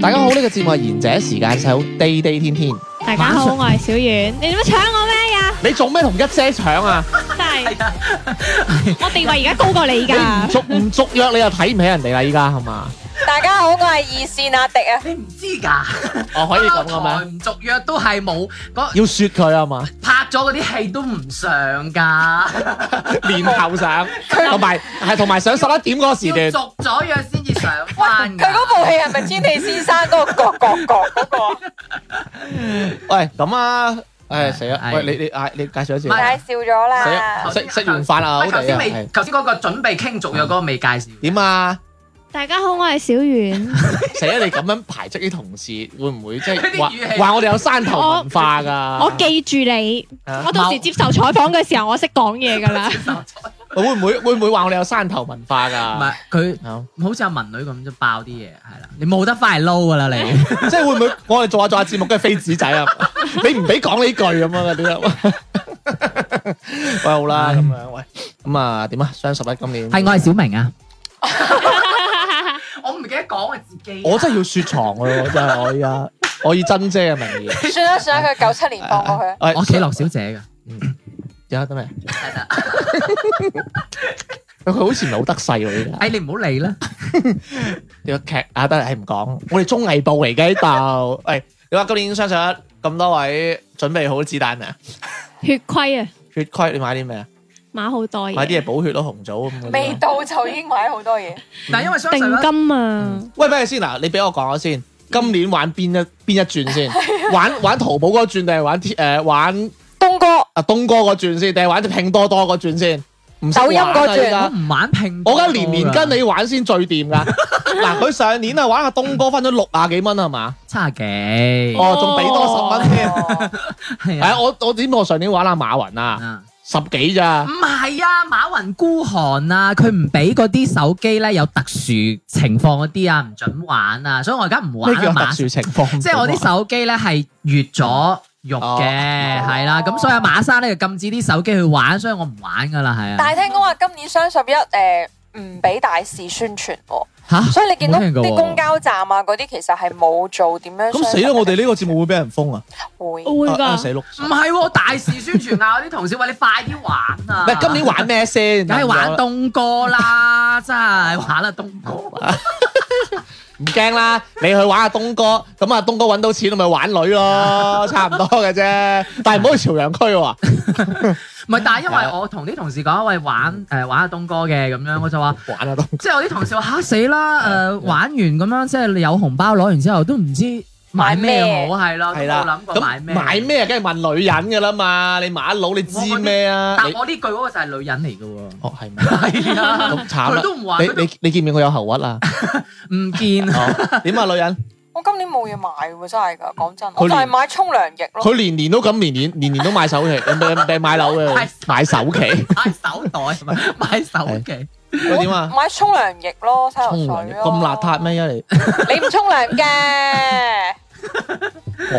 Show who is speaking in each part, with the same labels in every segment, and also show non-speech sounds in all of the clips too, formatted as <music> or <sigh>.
Speaker 1: 大家好，呢、個節目係賢者時間細佬 day day 天天。
Speaker 2: 大家好，我係小遠，你做乜搶我咩呀？
Speaker 1: 你做咩同一姐搶啊？
Speaker 2: 真係，我地位而家高過你㗎。
Speaker 1: 續唔續約你又睇唔起人哋啦，依家係嘛？
Speaker 3: 大家好，我係二線阿迪啊。
Speaker 4: 你唔知㗎，
Speaker 1: 哦，可以咁嘅
Speaker 4: 台
Speaker 1: 咩？
Speaker 4: 唔續約都係冇，嗰
Speaker 1: 要雪佢啊嘛，
Speaker 4: 拍咗嗰啲戲都唔上㗎，
Speaker 1: 年後上，同埋係同埋上十一點嗰個時
Speaker 4: 要
Speaker 1: 段。
Speaker 4: 續咗約先至上翻
Speaker 3: 佢嗰
Speaker 4: 㗎。
Speaker 3: 部戲係咪天地先生嗰個角角角嗰個？
Speaker 1: 喂，咁啊，唉死啦！
Speaker 4: 係
Speaker 1: 喂，你你嗌你介紹一次
Speaker 4: 唔。係
Speaker 3: 介紹咗
Speaker 1: 死
Speaker 3: 啦
Speaker 1: 啦，。食食完飯啦，好
Speaker 4: 喂頭
Speaker 1: 地
Speaker 4: 先
Speaker 1: 啊，
Speaker 4: 未，
Speaker 1: 係
Speaker 4: 頭先嗰個準備傾續約嗰個未介紹。
Speaker 1: 點啊？
Speaker 2: 大家好，我係小遠。
Speaker 1: <laughs> 死啦！你咁樣排斥啲同事，會唔會即
Speaker 4: 佢
Speaker 1: 係
Speaker 4: 啲
Speaker 1: 話
Speaker 4: 語氣
Speaker 1: 話我哋有山頭文化㗎？
Speaker 2: 我記住
Speaker 1: <laughs>
Speaker 2: 你，
Speaker 1: 啊
Speaker 2: 我到時接受採訪嘅時候，我識講嘢㗎啦。
Speaker 1: <laughs> 啊會唔會會唔會話我哋有山頭文化
Speaker 4: 唔
Speaker 1: 㗎？啊
Speaker 4: 係佢
Speaker 1: 好
Speaker 4: 好似阿文女咁就爆啲嘢，係啦，你冇得翻嚟撈㗎 <laughs> 啦你。
Speaker 1: 即係會唔會我哋做下做下節目跟住飛紙仔
Speaker 4: <laughs>
Speaker 1: 啊？你唔俾講呢句咁樣嘅點啊？
Speaker 4: <laughs>
Speaker 1: 喂好啦咁樣喂咁啊點啊？雙十一今年
Speaker 4: 係我係小明啊。我唔記得講我自己啊。
Speaker 1: 我真係要雪藏佢喎，真係我依家我以珍姐嘅啊名義，
Speaker 3: 算啦算啦，佢九七年放過佢。
Speaker 1: 喂
Speaker 4: 我企樂小姐㗎。
Speaker 1: 哎有得未？ <laughs> 佢好似唔係好得勢喎，依家
Speaker 4: 哎，你唔好理啦。
Speaker 1: 呢個劇啊，得係唔講，我哋綜藝部嚟嘅呢
Speaker 3: <laughs>
Speaker 1: 度。喂，你話今年雙十一咁多位準備好子彈未啊？
Speaker 2: 血虧啊，
Speaker 1: 血虧你買啲咩啊？
Speaker 2: 買好多
Speaker 1: 買啲
Speaker 2: 嘢，
Speaker 1: 嘢補血咯，紅棗咁嗰啲啊。
Speaker 3: 未到就已經買好多嘢。
Speaker 4: 但因為相信
Speaker 2: 定金啊。
Speaker 1: 喂，咩先嗱？你俾我講下先，今年玩邊一邊一
Speaker 3: <laughs>
Speaker 1: 轉先？玩玩淘寶嗰轉定係玩誒、呃玩
Speaker 3: 東哥，
Speaker 1: 啊東哥嗰轉先，定係玩拼多多嗰轉先？唔識
Speaker 3: 抖音
Speaker 1: 玩啊
Speaker 3: 嗰轉
Speaker 1: 依
Speaker 4: 我
Speaker 1: 家
Speaker 4: 唔玩拼多
Speaker 1: 我
Speaker 4: 多㗎。
Speaker 1: 而家年年跟你玩先最
Speaker 3: <laughs>
Speaker 1: 掂㗎。嗱，佢上年啊玩下東哥分咗六啊幾蚊係嘛？
Speaker 4: 七啊幾。
Speaker 1: 哦，仲俾多十蚊添。
Speaker 4: 係
Speaker 1: 係啊，我我點我上年玩阿馬雲啊，
Speaker 4: 啊。
Speaker 1: 十幾咋
Speaker 4: 唔？係啊，馬雲孤寒啊，佢唔俾嗰啲手機咧有特殊情況嗰啲啊，唔准玩啊，所以我而家唔玩
Speaker 1: 咩叫
Speaker 4: 啊
Speaker 1: 特
Speaker 4: 馬，
Speaker 1: 殊情況？
Speaker 4: 即係我啲手機咧係越咗肉
Speaker 1: 哦
Speaker 4: 嘅，係啦，咁所以阿馬生咧就禁止啲手機去玩，所以我唔玩噶啦，係
Speaker 3: 但
Speaker 4: 啊，
Speaker 3: 係聽講話今年雙十一誒唔俾大肆宣傳喎，
Speaker 4: 吓，
Speaker 3: 所以你見到
Speaker 4: 冇聽過
Speaker 3: 啲
Speaker 4: 喎
Speaker 3: 公交站啊嗰啲其實係冇做點樣。
Speaker 1: 咁死啦！我哋呢個節目會俾人封啊！
Speaker 3: 會
Speaker 2: 會
Speaker 1: 啊
Speaker 2: 㗎。
Speaker 1: 啊死碌！
Speaker 4: 唔係喎，大肆宣傳啊！我啲同事話你快啲玩啊，
Speaker 1: 唔係今年玩咩先？
Speaker 4: 梗係玩東哥啦，真係玩啦東哥，
Speaker 1: 唔驚啦，你去玩下東哥，咁啊東哥揾到錢，咪玩
Speaker 4: <laughs>
Speaker 1: 女咯，差唔多嘅啫。但係唔好去朝陽區
Speaker 4: <laughs>
Speaker 1: 喎，
Speaker 4: 唔係，但嗯係因啊嗯為我同啲同事講，喂玩誒玩下東哥嘅咁樣，我就 <laughs> 話。
Speaker 1: 玩下東
Speaker 4: 即係我啲同事話嚇死啦！誒、玩完咁樣，即係你有紅包攞完之後，都唔知買咩好，係咯，
Speaker 1: 係
Speaker 4: 都冇
Speaker 1: 啦
Speaker 4: 諗。過買
Speaker 1: 咁
Speaker 4: 咩。
Speaker 1: 買？咩梗係問女人㗎啦嘛，你馬佬你知咩啊？
Speaker 4: 但
Speaker 1: 你
Speaker 4: 我呢句嗰個就係女人嚟嘅
Speaker 1: 哦係
Speaker 4: <laughs>
Speaker 1: 咩？
Speaker 4: 喎，係啊，
Speaker 1: 咁慘
Speaker 4: 佢
Speaker 1: 啦！
Speaker 4: 都唔話，
Speaker 1: 你
Speaker 4: 佢都
Speaker 1: 你你見唔見佢有喉
Speaker 4: <laughs>
Speaker 1: 屈啊？
Speaker 4: 唔見。 <laughs>
Speaker 1: 哦點啊女人？ <laughs>
Speaker 3: 我今年冇嘢買喎，真係㗎，講真，
Speaker 1: 佢
Speaker 3: 我就係
Speaker 1: 連
Speaker 3: 買沖涼液咯。
Speaker 1: 佢年年都咁，年年年年都買首期，唔係唔係買樓嘅，買首期。
Speaker 4: 買手袋，買手機，
Speaker 1: 佢點啊？
Speaker 3: 買沖涼液咯，洗頭
Speaker 1: 沖
Speaker 3: 水
Speaker 1: 涼
Speaker 3: 咯。
Speaker 1: 咁邋遢？咩？你
Speaker 3: 你唔沖涼
Speaker 1: <laughs>
Speaker 3: 嘅，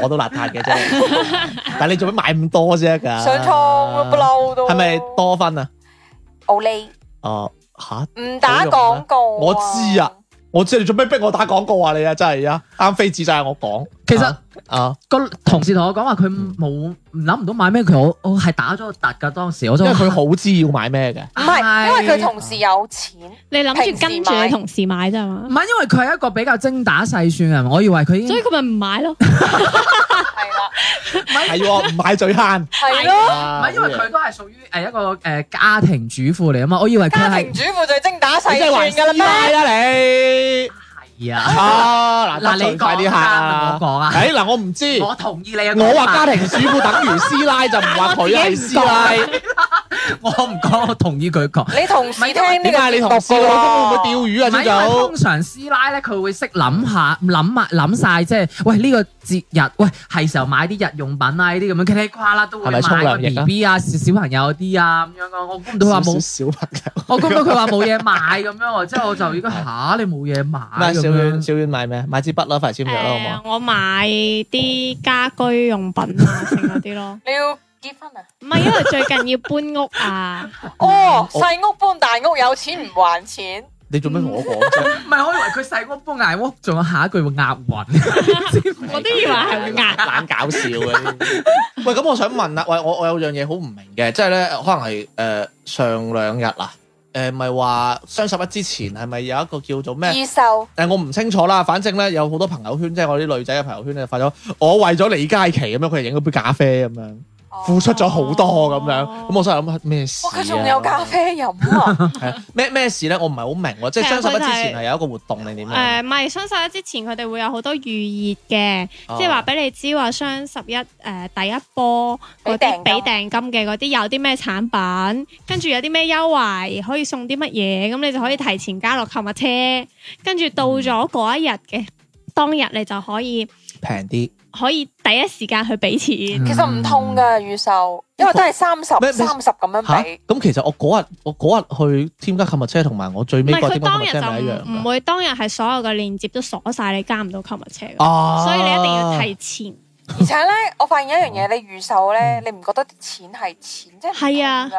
Speaker 1: 我都邋遢嘅啫，但係你做咩買咁多啫？㗎
Speaker 3: 上床不嬲都。
Speaker 1: 啊係咪？多分啊？
Speaker 3: 奧利
Speaker 1: 哦，吓！
Speaker 3: 唔打廣告。
Speaker 1: 我知啊，我知你做咩逼我打廣告啊？你啊，真係啊，啱飛子就係我講。
Speaker 4: 其實
Speaker 1: 啊啊，
Speaker 4: 個同事同我講話，佢冇唔諗唔到買咩，佢我我係打咗個突㗎當時，
Speaker 1: 因
Speaker 4: 我就
Speaker 1: 為佢好知要買咩嘅。
Speaker 3: 唔係，因為佢同事有錢，
Speaker 2: 你諗住跟住
Speaker 3: 平時買
Speaker 2: 你同事買啫嘛
Speaker 4: 唔，係因為佢係一個比較精打細算嘅人，我以為佢已
Speaker 2: 所
Speaker 4: 經
Speaker 2: 以佢咪唔買
Speaker 1: 嗯
Speaker 2: 咯。
Speaker 3: 係啦，
Speaker 1: 係喎，唔買最慳。
Speaker 3: 係咯。
Speaker 4: 唔
Speaker 1: 唔
Speaker 4: 係因為佢都係屬於誒一個誒家庭主婦嚟啊嘛，我以為佢
Speaker 3: 家
Speaker 4: 係
Speaker 3: 庭主婦最精打細
Speaker 1: 你真係
Speaker 3: 算
Speaker 1: 還
Speaker 3: 㗎啦
Speaker 1: 師奶
Speaker 3: 咩？
Speaker 1: 啦你！
Speaker 4: 係議啊？
Speaker 1: 啊，嗱，
Speaker 4: 嗱
Speaker 1: 得罪
Speaker 4: 你
Speaker 1: 快啲
Speaker 4: 講
Speaker 1: 客啊
Speaker 4: 啊！我講啊
Speaker 1: 誒嗱，我唔知，
Speaker 4: 我同意你嘅講
Speaker 1: 我
Speaker 4: 法
Speaker 1: 話家庭主婦等於師奶就唔話佢係師奶，
Speaker 4: 我唔講，我同意佢講。
Speaker 3: 你同事聽呢
Speaker 1: 點
Speaker 3: 個
Speaker 1: 解你
Speaker 3: 節
Speaker 1: 同
Speaker 3: 目
Speaker 1: 事老公會唔會釣魚啊？
Speaker 4: 唔係
Speaker 1: 朝
Speaker 4: 因為
Speaker 1: 早
Speaker 4: 通常師奶咧，佢會識諗下、諗埋、諗晒，即係喂呢個節日，喂係時候買啲日用品啊，呢啲咁樣，茄哩呱啦都會
Speaker 1: 係
Speaker 4: 買
Speaker 1: 咪沖
Speaker 4: 個
Speaker 1: 涼液啊
Speaker 4: B B 啊、小小朋友啲啊咁樣咯。我估唔到佢話冇，
Speaker 1: 少少 <laughs> 朋友，
Speaker 4: 我估唔到佢話冇嘢買咁樣喎。之後我就應該吓你冇嘢買
Speaker 1: 咩？
Speaker 4: 咁
Speaker 1: 小遠
Speaker 4: 樣。
Speaker 1: 小遠買咩？買支筆啦，快簽約啦，好唔
Speaker 2: 誒
Speaker 1: 好？，
Speaker 2: 我買啲家居用品
Speaker 1: <laughs>
Speaker 2: 啊，剩嗰啲咯。
Speaker 3: 你要結婚啊？
Speaker 2: 唔係因為最近要搬屋啊，
Speaker 1: 嗯
Speaker 3: 哦，細屋搬大屋，有錢唔還錢，
Speaker 1: 你做咩同我講 <laughs> 啫？
Speaker 4: 唔係，我以為佢細屋搬捱屋，仲有下一句會押韻。
Speaker 2: 我都以為係壓。
Speaker 1: 懶搞笑嘅。喂，咁我想問啦，喂，我我有樣嘢好唔明嘅，即係咧，可能係誒、呃上兩日啊，誒咪話雙十一之前係咪有一個叫做咩？誒、
Speaker 3: 二售
Speaker 1: 我唔清楚啦，反正咧有好多朋友圈，即係我啲女仔嘅朋友圈咧發咗，我為咗李佳琦咁樣，佢哋影咗杯咖啡咁樣，付出咗好多咁樣，咁我心諗咩事、
Speaker 3: 哇！
Speaker 1: 啊？
Speaker 3: 哦佢仲有咖啡飲啊！
Speaker 1: 係啊咩咩事咧？我唔係好明喎，即係
Speaker 2: 啊
Speaker 1: 雙十一之前係有一個活動 <laughs> 定點啊樣？
Speaker 2: 誒，唔係雙十一之前佢哋會有好多預熱嘅，
Speaker 1: 哦
Speaker 2: 即係話俾你知話雙十一誒呃第一波嗰啲俾
Speaker 3: 俾
Speaker 2: 訂金嘅嗰啲有啲咩產品，跟住有啲咩優惠可以送啲乜嘢，咁你就可以提前加落購物車，跟住到咗嗰一日嘅當日你就可以
Speaker 1: 平啲。
Speaker 2: 可以第一時間去俾錢。
Speaker 3: 其實唔痛噶預售，因為都係三十
Speaker 1: 嗯咩咩
Speaker 3: 三十咁樣
Speaker 1: 吓，
Speaker 3: 俾。
Speaker 1: 咁其實我嗰日我嗰日去添加購物車，同埋我最
Speaker 2: 唔
Speaker 1: 尾
Speaker 2: 係
Speaker 1: 個
Speaker 2: 佢
Speaker 1: 添加
Speaker 2: 當
Speaker 1: 購物
Speaker 2: 日
Speaker 1: 車咪一樣
Speaker 2: 就唔唔
Speaker 1: 嘅。
Speaker 2: 會當日係所有嘅鏈接都鎖晒，你加唔到購物車嘅，
Speaker 1: 哦
Speaker 2: 所以你一定要提前。
Speaker 3: 而且咧，我發現一樣嘢，你預售咧，你唔覺得啲錢係錢，即係唔
Speaker 2: 係啊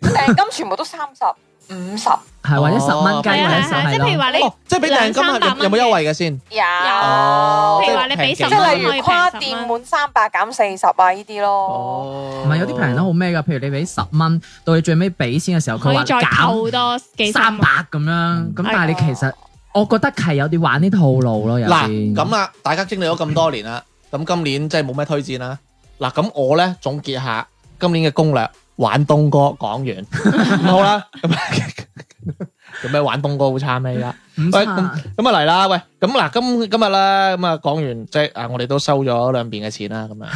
Speaker 3: 同㗎，訂金全部都三十、五十，
Speaker 4: 係或者十蚊雞
Speaker 1: 計
Speaker 2: 係
Speaker 4: 或
Speaker 2: 啊係
Speaker 4: 者十
Speaker 2: 啊，係啊即係
Speaker 4: 係
Speaker 2: 譬如
Speaker 4: 咯。
Speaker 2: 話你，
Speaker 1: 哦，即係俾
Speaker 2: 兩
Speaker 1: 訂金
Speaker 2: 三百
Speaker 1: 係
Speaker 2: 蚊
Speaker 1: 有冇優惠嘅先？哦
Speaker 3: 有
Speaker 2: 譬如話你俾十
Speaker 1: 即
Speaker 2: 蚊
Speaker 1: 係
Speaker 3: 即係
Speaker 2: 可
Speaker 3: 例
Speaker 2: 以
Speaker 3: 如
Speaker 2: 平十
Speaker 3: 跨
Speaker 2: 蚊
Speaker 3: 店滿三百減四十啊，呢啲咯。
Speaker 1: 哦
Speaker 4: 唔係有啲平都好咩㗎？譬如你俾十蚊，到你最尾俾錢嘅時候，
Speaker 2: 可
Speaker 4: 佢話
Speaker 2: 以再
Speaker 4: 減
Speaker 2: 扣多幾哎十
Speaker 4: 三
Speaker 2: 蚊
Speaker 4: 百咁樣，咁但係你其實我覺得係有啲玩啲套路咯，有
Speaker 1: 嗱
Speaker 4: 啲
Speaker 1: 咁啦，大家經歷咗咁多年啦，咁今年真係冇咩推薦啦。嗱，咁我咧總結下今年嘅攻略，玩東哥講
Speaker 4: <laughs>
Speaker 1: 完，咁好啦。咁 <laughs> 做咩玩東哥好
Speaker 4: <laughs>
Speaker 1: 差咩？而家？
Speaker 4: 唔
Speaker 1: 喂
Speaker 4: 差
Speaker 1: 咁啊嚟啦，喂，咁嗱，今今日啦，咁啊講完即係啊，我哋都收咗兩邊嘅錢啦，咁啊，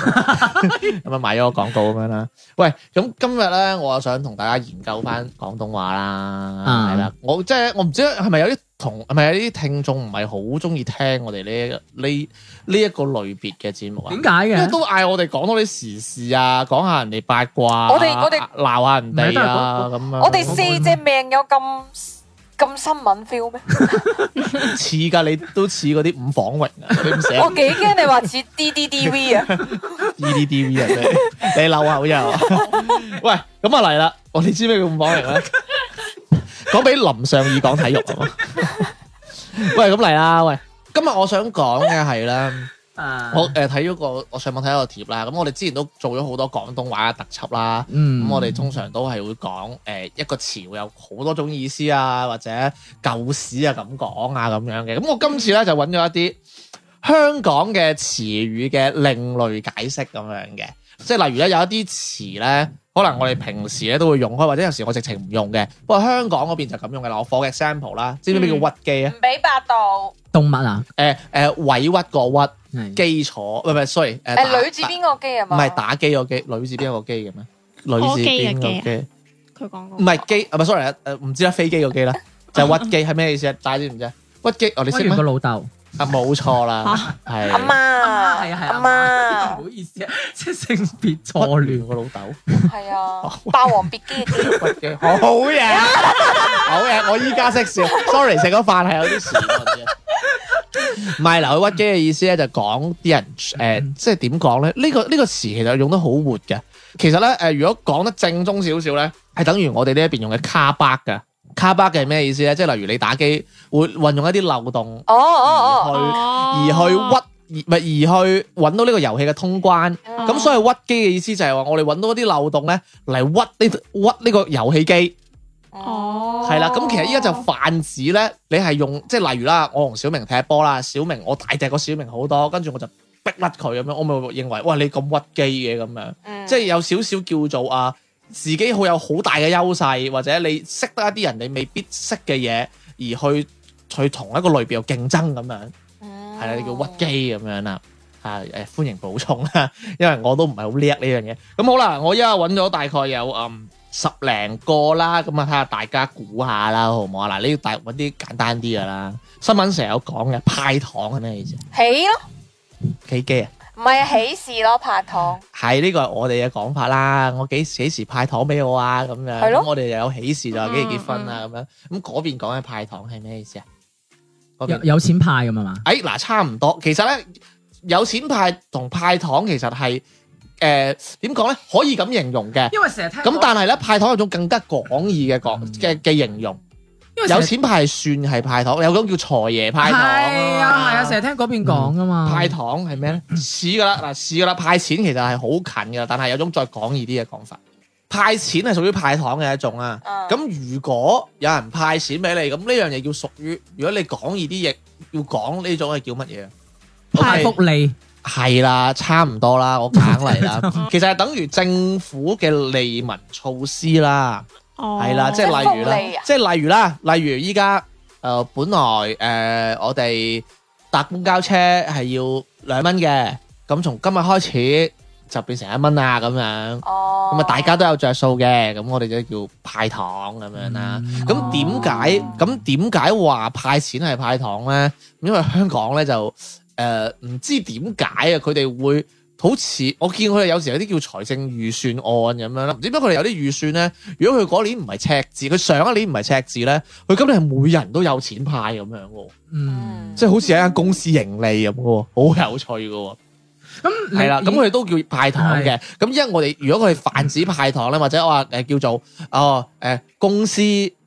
Speaker 1: 咁啊買咗個廣告咁樣啦。喂，咁今日咧，我啊想同大家研究翻廣東話啦，係啦、我即係我唔知係咪有啲同係咪有啲聽眾唔係好中意聽我哋呢呢呢一個類別嘅節目啊？
Speaker 4: 點解
Speaker 1: 因為
Speaker 4: 嘅？
Speaker 1: 都嗌我哋講多啲時事啊，講下人哋八卦啊，
Speaker 3: 我哋我哋
Speaker 1: 鬧下人哋啊，咁樣。
Speaker 3: 我哋四隻命有咁咁新聞 feel 咩？
Speaker 1: 似㗎，你都似嗰啲五房榮啊，你
Speaker 3: <laughs>
Speaker 1: 唔寫
Speaker 3: 我幾驚你話似 D D D V
Speaker 1: <laughs>
Speaker 3: 啊！
Speaker 1: EDDV 啊， <laughs> 你你漏口又， <laughs> 喂，咁啊嚟啦，我哋知咩叫五房 <laughs> 人咧？啊講俾林尚義講體育 <laughs> 啊嘛，喂，咁嚟啦，喂，今日我想講嘅係咧， <laughs> 我
Speaker 4: 我
Speaker 1: 誒睇咗個，我上網睇咗個貼啦，咁我哋之前都做咗好多廣東話嘅特輯啦。
Speaker 4: 嗯
Speaker 3: 啊
Speaker 1: 咁我哋通常都係會講誒、呃一個詞會有好多種意思啊，或者舊史啊咁講啊咁樣嘅。咁我今次咧就揾咗一啲香港嘅詞語嘅另類解釋咁樣嘅，即係例如咧有一啲詞咧，可能我哋平時咧都會用開，或者有時我直情唔用嘅。不過香港嗰邊就咁用嘅啦。我放 example 啦，知唔知咩叫屈機啊？
Speaker 3: 唔俾百度，
Speaker 4: 動物啊，
Speaker 1: 誒誒、委屈個屈，
Speaker 4: 係
Speaker 1: 基礎唔係唔係，sorry 誒、打
Speaker 3: 誒女字邊個機啊
Speaker 1: 唔
Speaker 3: 嘛？
Speaker 1: 係打機個機，女字邊一個機嘅咩？女字
Speaker 2: 柯
Speaker 1: 邊
Speaker 2: 基
Speaker 3: 啊
Speaker 1: 個
Speaker 2: 嘅
Speaker 1: 機？
Speaker 2: 佢講過
Speaker 1: 唔係機，啊唔係 sorry，誒唔知啦，飛機個機啦，就係屈 <laughs> 機係咩意思啊？大家知唔知啊？屈機哦，你識
Speaker 4: 屈完
Speaker 1: 咩
Speaker 4: 個？老豆。啊
Speaker 1: 啊冇錯啦，
Speaker 3: 阿
Speaker 1: 係
Speaker 3: 媽，啊阿
Speaker 4: 唔
Speaker 3: 媽，
Speaker 4: 好意思啊， <laughs> 即係性別
Speaker 1: 我
Speaker 4: 錯亂。
Speaker 1: 個老豆
Speaker 3: 係
Speaker 1: 哦
Speaker 3: 啊，霸王別姬啲
Speaker 1: 屈機，好嘢，好嘢，我依家識笑，sorry，食咗飯係有啲遲鈍嘅。唔係嗱，佢屈機嘅意思咧，就講啲人誒、呃即係點講咧？呢、個呢、個詞其實用得好活嘅。其實咧誒、呃如果講得正宗少少咧，係等於我哋呢一邊用嘅卡巴嘅。卡巴嘅係咩意思咧？即係例如你打機會運用一啲漏洞
Speaker 3: 哦
Speaker 1: 而
Speaker 3: 哦
Speaker 1: 去
Speaker 3: 哦，
Speaker 1: 而去
Speaker 2: 哦
Speaker 1: 屈，而唔係而去揾到呢個遊戲嘅通關。
Speaker 3: 嗯
Speaker 1: 咁所以屈機嘅意思就係話我哋揾到一啲漏洞咧嚟屈呢屈呢個遊戲機。
Speaker 3: 嗯
Speaker 2: 哦
Speaker 1: 係啦，咁其實依家就泛指咧，你係用即係例如啦，我同小明踢波啦，小明我大隻過小明好多，跟住我就逼甩佢咁樣，我咪會認為哇你咁屈機嘅咁樣，
Speaker 3: 嗯
Speaker 1: 即係有少少叫做啊自己好有好大嘅優勢，或者你識得一啲人哋未必識嘅嘢，而去去同一個類別有競爭咁樣，
Speaker 3: 嗯
Speaker 1: 係啦，你叫屈機咁樣啦。啊誒，歡迎補充啦， <laughs> 因為我都唔係好叻呢樣嘢。咁好啦，我依家揾咗大概有嗯十零個啦，咁啊睇下大家估下啦，好唔好啊？嗱，呢大揾啲簡單啲噶啦，新聞成日有講嘅派糖係咩意思？
Speaker 3: 起咯，
Speaker 1: 企機啊！
Speaker 3: 唔係啊，起事咯，拍糖。
Speaker 1: 係呢個係我哋嘅講法啦。我幾幾時派糖俾我啊？咁樣
Speaker 3: 係咯嗯
Speaker 1: 咁我哋又有喜事就話幾時結婚啊？咁樣咁嗰邊講嘅派糖係咩意思啊？嗰邊
Speaker 4: 有有錢派咁啊嘛，
Speaker 1: 誒哎嗱，差唔多。其實咧，有錢派同派糖其實係誒點講咧，可以咁形容嘅。
Speaker 4: 因為成日聽
Speaker 1: 咁但係咧，派糖有種更加廣義嘅講
Speaker 4: 嗯
Speaker 1: 嘅嘅形容。
Speaker 4: 因為成
Speaker 1: 有
Speaker 4: 日
Speaker 1: 錢派算係派糖，有種叫財爺派糖
Speaker 4: 係啊係啊，成
Speaker 1: 成
Speaker 4: 日聽嗰邊講噶嘛，
Speaker 1: 派糖係咩咧？似噶啦，嗱似噶啦，派錢其實係好近噶，但係有種再廣義啲嘅講法，派錢係屬於派糖嘅一種啊。
Speaker 3: 嗯
Speaker 1: 咁如果有人派錢俾你，咁呢樣嘢叫屬於，如果你廣義啲嘢要講呢種係叫乜嘢啊？
Speaker 4: 派
Speaker 1: OK，
Speaker 4: 福利，
Speaker 1: 係啦，差唔多啦，我揀嚟
Speaker 4: <laughs>
Speaker 1: 啦。其實係等於政府嘅利民措施啦。
Speaker 2: 哦，
Speaker 1: 係啦，即係例如
Speaker 3: 即係福利
Speaker 1: 啦
Speaker 3: 啊，
Speaker 1: 即係例如啦，例如依家呃誒本來誒呃我哋搭公交車係要兩蚊嘅，咁從今日開始就變成一蚊啦咁樣，
Speaker 3: 哦，
Speaker 1: 咁啊大家都有着數嘅，咁我哋就叫派糖咁樣啦。啊
Speaker 4: 嗯
Speaker 1: 咁點解咁點解話派錢係派糖咧？因為香港咧就誒唔知點解啊，佢哋會。好似我見佢哋有時有啲叫財政預算案咁樣啦，唔知點解佢哋有啲預算咧。如果佢嗰年唔係赤字，佢上一年唔係赤字咧，佢今年係每人都有錢派咁樣喎，
Speaker 4: 嗯，
Speaker 1: 即係好似係一間公司盈利咁嘅喎，好有趣嘅喎。
Speaker 4: 咁你
Speaker 1: 係啦，咁佢哋都叫派糖嘅。咁因為我哋如果佢係泛指派糖咧，或者我話誒叫做哦誒、公司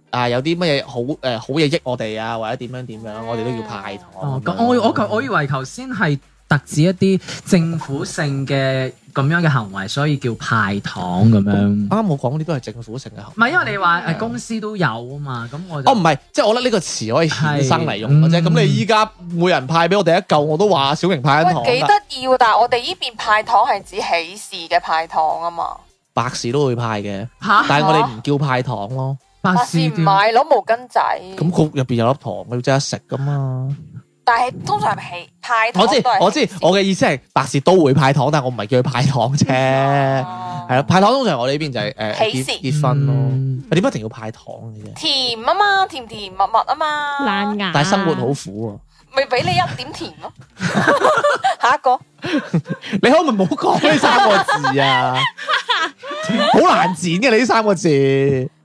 Speaker 1: 啊有啲乜嘢好誒、好嘢益我哋啊，或者點樣點樣，我哋都要派糖。
Speaker 4: 哦，咁我我我我以為頭先係特指一啲政府性嘅咁樣嘅行為，所以叫派糖咁樣。
Speaker 1: 啱我講嗰啲都係政府性嘅行
Speaker 4: 唔係因為你話誒公司都有啊嘛，咁我就
Speaker 1: 哦，唔係，即係我覺得呢個詞可以衍生嚟用嘅啫。
Speaker 4: 係
Speaker 1: 咁、
Speaker 4: 嗯
Speaker 1: 你依家每人派俾我哋一嚿，我都話小明派緊糖
Speaker 3: 喂幾
Speaker 1: 啦，
Speaker 3: 得意喎！但係我哋呢邊派糖係指喜事嘅派糖啊嘛，
Speaker 1: 白事都會派嘅，
Speaker 4: 嚇
Speaker 1: 但係我哋唔叫派糖咯。
Speaker 4: 百
Speaker 3: 白事
Speaker 4: 事
Speaker 3: 啊唔買攞毛巾仔，
Speaker 1: 啊咁佢入邊有粒糖，佢要即刻食噶嘛。
Speaker 3: 但係通常係派糖
Speaker 1: 我
Speaker 3: 都
Speaker 1: 知
Speaker 3: 係
Speaker 1: 我知
Speaker 3: 喜事，
Speaker 1: 我嘅意思係白事都會派糖，但係我唔係叫佢派糖啫。
Speaker 3: 哦
Speaker 1: 係啦，派糖通常我哋呢邊就係誒
Speaker 3: 喜
Speaker 1: 結
Speaker 3: 事
Speaker 1: 結婚咯。
Speaker 4: 嗯
Speaker 1: 點解一定要派糖嘅啫？
Speaker 3: 甜啊嘛，甜甜蜜蜜啊嘛，
Speaker 2: 爛牙，
Speaker 1: 但係生活好苦啊！
Speaker 3: 咪俾你一點甜咯。 <laughs> 下一個
Speaker 1: 你可唔可以唔好講呢三個字 <laughs> 啊？好難剪嘅你呢三個字。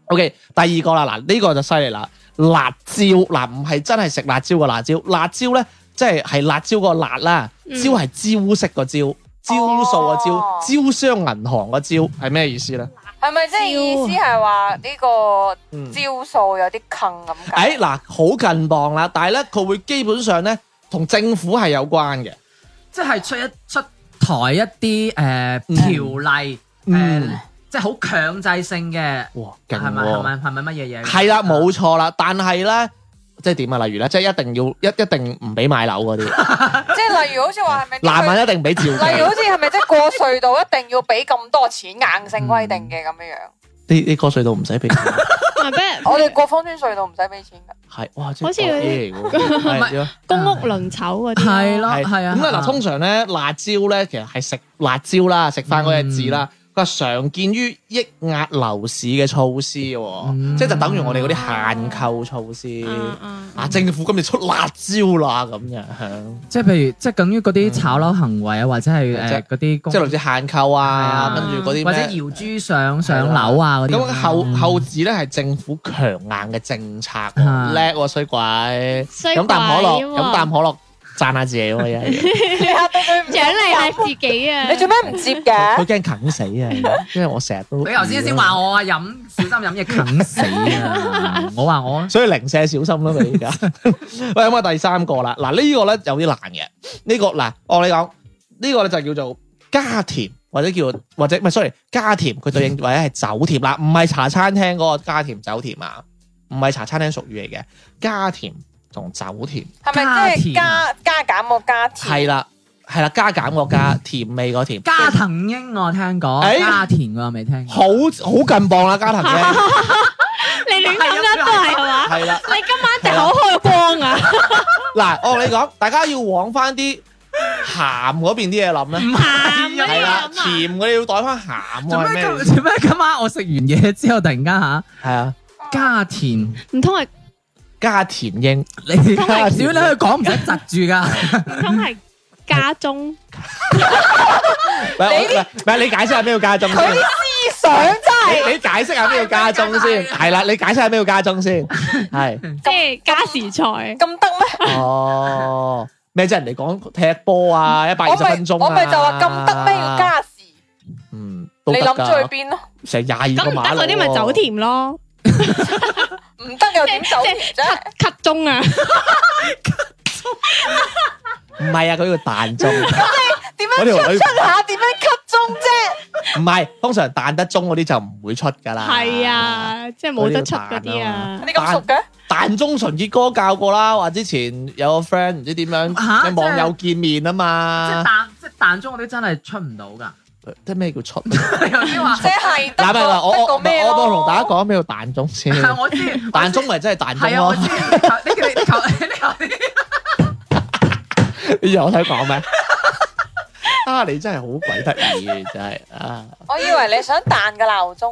Speaker 1: OK，第二個啦，嗱呢個就犀利啦，辣椒嗱唔係真係食辣椒個辣椒，辣椒咧即係係辣椒個辣啦，
Speaker 2: 嗯
Speaker 1: 椒係招式個招，招數個
Speaker 3: 哦
Speaker 1: 招，招商銀行個招係咩意思咧？
Speaker 3: 係咪即係意思係話呢個
Speaker 1: 嗯。
Speaker 3: 招數有啲坑咁
Speaker 1: 誒
Speaker 3: 解？
Speaker 1: 哎嗱，好近磅啦，但係咧佢會基本上咧同政府係有關嘅，
Speaker 4: 即係出一出台一啲誒呃
Speaker 1: 嗯
Speaker 4: 條例誒
Speaker 1: 嗯，
Speaker 4: 即係好強制性嘅，
Speaker 1: 哇，勁
Speaker 4: 係咪係
Speaker 1: 喎！
Speaker 4: 咪係咪乜嘢嘢？啊
Speaker 1: 係啦，冇錯啦，但係咧即係點啊？例如咧，即係一定要一一定唔俾買樓嗰啲，
Speaker 3: 即係例如好似話係咪呢個？
Speaker 1: 男人一定唔俾照
Speaker 3: 例如好
Speaker 1: 記。
Speaker 3: 似係咪即係過隧道一定要俾咁多錢硬性規定嘅咁樣樣？
Speaker 1: 呢呢個隧道唔使俾錢，
Speaker 2: 咪俾人
Speaker 3: 我哋過芳村隧道唔使俾錢㗎。
Speaker 1: 係哇，
Speaker 2: 好似
Speaker 1: 嘢嚟喎係
Speaker 4: 唔係
Speaker 1: 點啊
Speaker 2: 公屋輪籌嗰
Speaker 1: <laughs>
Speaker 2: 啲，
Speaker 4: 係咯，
Speaker 1: 係
Speaker 4: 係啊。
Speaker 1: 咁咧
Speaker 4: 係啊
Speaker 1: 嗱，通常咧辣椒咧其實係食辣椒啦，食翻嗰隻字啦。佢話常見於抑壓樓市嘅措施喎，
Speaker 4: 嗯
Speaker 1: 即係就等於我哋嗰啲限購措施。
Speaker 2: 嗯，嗯
Speaker 1: 啊！政府今日出辣椒啦，咁樣
Speaker 4: 即係譬如即係等於嗰啲炒樓行為啊，或者係誒嗰啲
Speaker 1: 嗯
Speaker 4: 公
Speaker 1: 即係類似限購啊，
Speaker 4: 係啊
Speaker 1: 跟住嗰啲
Speaker 4: 或者
Speaker 1: 咩
Speaker 4: 搖珠上上樓啊嗰啲
Speaker 1: 咁
Speaker 4: 樣
Speaker 1: 後後字咧係政府強硬嘅政策喎，
Speaker 4: 啊
Speaker 1: 叻喎衰鬼！
Speaker 2: 衰
Speaker 1: 飲啖可樂，
Speaker 2: 鬼喎
Speaker 1: 飲啖可樂，讚下自己喎，一係
Speaker 4: <laughs>
Speaker 3: 你嚇到佢唔
Speaker 2: <laughs> 獎勵下自己啊！
Speaker 3: <laughs> 你做咩唔接
Speaker 1: 佢
Speaker 3: 嘅？
Speaker 1: 驚啃死啊！因為我成日都
Speaker 4: 你頭先先話，我啊飲小心飲嘢啃死啊！ <laughs> 我話我
Speaker 1: 所以零舍小心咯，佢而家。 <laughs> 喂，咁啊第三個啦，嗱呢個咧有啲難嘅，呢個嗱我你講呢個咧就叫做加甜。或者叫或者唔係，sorry，加甜佢
Speaker 4: 嗯
Speaker 1: 對應或者係酒甜啦，唔係茶餐廳嗰個加甜酒甜啊，唔係茶餐廳俗語嚟嘅，加甜同酒甜。
Speaker 3: 係咪即係加加減個加
Speaker 1: 係
Speaker 3: 甜？
Speaker 1: 啦，係啦，加減個加，
Speaker 2: 嗯
Speaker 1: 甜味個甜，
Speaker 4: 加藤英我聽過，
Speaker 1: 哎
Speaker 4: 加田我未聽過。
Speaker 1: <laughs> 好好近磅啦，加藤啫，
Speaker 2: 你亂咁噏都係係嘛？
Speaker 1: 係啦。
Speaker 2: 你今晚隻口開光啊！
Speaker 1: 嗱，我同你講，大家要往翻啲鹹嗰邊啲嘢諗咧，
Speaker 2: 鹹嗰
Speaker 1: 係
Speaker 2: 啲
Speaker 1: 啦，
Speaker 2: 啊
Speaker 1: 甜嘅你要袋翻鹹
Speaker 4: 做
Speaker 1: 喎，係
Speaker 4: 咩
Speaker 1: 咩？
Speaker 4: 今做咩今晚我食完嘢之後突然間吓
Speaker 1: 係啊，
Speaker 4: 加甜，
Speaker 2: 唔通係
Speaker 1: 加甜英
Speaker 4: <laughs> 你
Speaker 1: 加甜
Speaker 4: 少啦，佢講唔使窒住㗎。 <laughs>
Speaker 2: 唔通係家中？
Speaker 1: 喂，我喂唔係你解釋下咩叫加中先？
Speaker 3: 思想真
Speaker 1: 你你解釋下咩叫加中先？係啦，你解釋下咩叫加中先？係
Speaker 2: 即係加時菜
Speaker 3: 係，咁得咩？
Speaker 1: 哦，咩啫？人哋講踢波啊，一百
Speaker 3: 我
Speaker 1: 二十
Speaker 3: 咪
Speaker 1: 分鐘啊
Speaker 3: 我咪就話咁得咩？要，加時，
Speaker 1: 嗯，都
Speaker 3: 你
Speaker 1: 得
Speaker 3: 諗咗
Speaker 1: 㗎
Speaker 3: 去邊咯？
Speaker 1: 成廿二
Speaker 2: 咁
Speaker 1: 個
Speaker 2: 唔
Speaker 1: 馬
Speaker 2: 得嗰啲咪
Speaker 1: 路喎
Speaker 2: 走。
Speaker 1: <laughs>
Speaker 2: 甜咯，
Speaker 3: 唔得又點走甜
Speaker 2: <laughs>
Speaker 3: 啫？
Speaker 2: 咳中啊！
Speaker 1: 唔係啊，佢叫彈中，
Speaker 3: 點
Speaker 1: 我
Speaker 3: 樣
Speaker 1: 條
Speaker 3: 出
Speaker 1: 女
Speaker 3: 出下？點樣 cut 鐘啫？
Speaker 1: 唔係通常彈得中嗰啲就唔會出㗎啦。
Speaker 2: 係，啊，即係冇得出嗰啲啊！
Speaker 3: 你咁熟嘅？
Speaker 1: 彈中純潔哥教過啦，話之前有個 friend 唔知點樣
Speaker 4: 嚇
Speaker 1: 嘅網友見面啊
Speaker 4: 即係
Speaker 1: 嘛，
Speaker 4: 彈即係彈中嗰啲真係出唔到㗎。 <laughs>
Speaker 1: 即係咩叫出？ <laughs>
Speaker 4: 你頭先話 <laughs>
Speaker 3: 即係得
Speaker 1: 嗱，
Speaker 3: 個
Speaker 1: 唔係嗱，
Speaker 3: 得
Speaker 1: 我
Speaker 3: 個 <laughs>
Speaker 1: 我
Speaker 3: 咩
Speaker 1: 我
Speaker 3: 咯？
Speaker 1: 我同大家講咩叫彈中先，
Speaker 4: <laughs> 係我知
Speaker 1: 彈中咪真係彈中
Speaker 4: 係啊，我
Speaker 1: 咯
Speaker 4: 知。。你求你求你求你求
Speaker 1: 你又睇講 <laughs> 咩？啊！你真係好鬼得意，真係啊！
Speaker 3: 我以為你想彈個鬧鐘，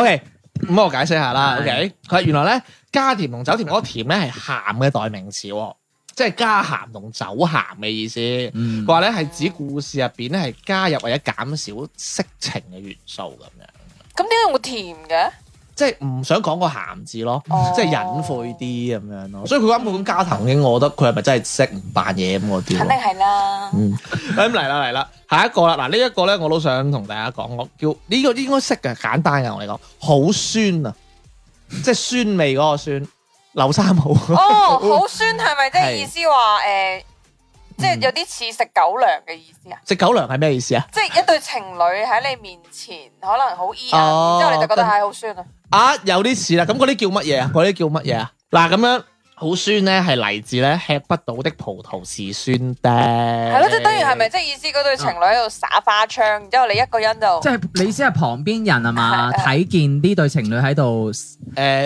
Speaker 1: OK，咁我解釋下啦。
Speaker 4: 係
Speaker 1: OK，佢話原來咧加甜同走甜嗰個甜咧係鹹嘅代名詞喎，即係加鹹同走鹹嘅意思。
Speaker 4: 嗯
Speaker 1: 佢話咧係指故事入邊咧係加入或者減少色情嘅元素咁樣，
Speaker 3: 咁點解會甜嘅？
Speaker 1: 即係唔想講個鹹字咯，
Speaker 3: 哦
Speaker 1: 即係隱晦啲咁樣咯。所以佢啱啱咁加糖嘅，我覺得佢係咪真係識唔扮嘢咁嗰啲
Speaker 3: 肯定
Speaker 1: 咯？
Speaker 3: 係啦。
Speaker 1: 嗯，咁嚟啦嚟啦，下一個啦，嗱呢一個咧我都想同大家講，我叫呢、個應該識嘅，簡單嘅我哋講，好酸啊，即係酸味嗰個酸，流沙姆
Speaker 3: 哦，好酸係咪即
Speaker 1: 係
Speaker 3: 係意思話誒，即係
Speaker 1: 嗯
Speaker 3: 有啲似食狗糧嘅意思啊？
Speaker 1: 食狗糧係咩意思啊？
Speaker 3: 即係一對情侶喺你面前，可能好 E 啊，
Speaker 1: 哦
Speaker 3: 然之後你就覺得係好酸啊。
Speaker 1: 啊，有啲似啦，咁嗰啲叫乜嘢啊？嗰啲叫乜嘢啊？嗱，咁樣好酸咧，係嚟自咧吃不到的葡萄是酸的。係嗯
Speaker 3: 係咯，即係當然係咪即係意思嗰對情侶喺度耍花槍，然之後你一個人就
Speaker 4: 即係你先係旁邊人係嘛？ <laughs>
Speaker 3: 係係
Speaker 4: 睇見呢對情侶喺度，
Speaker 1: 誒，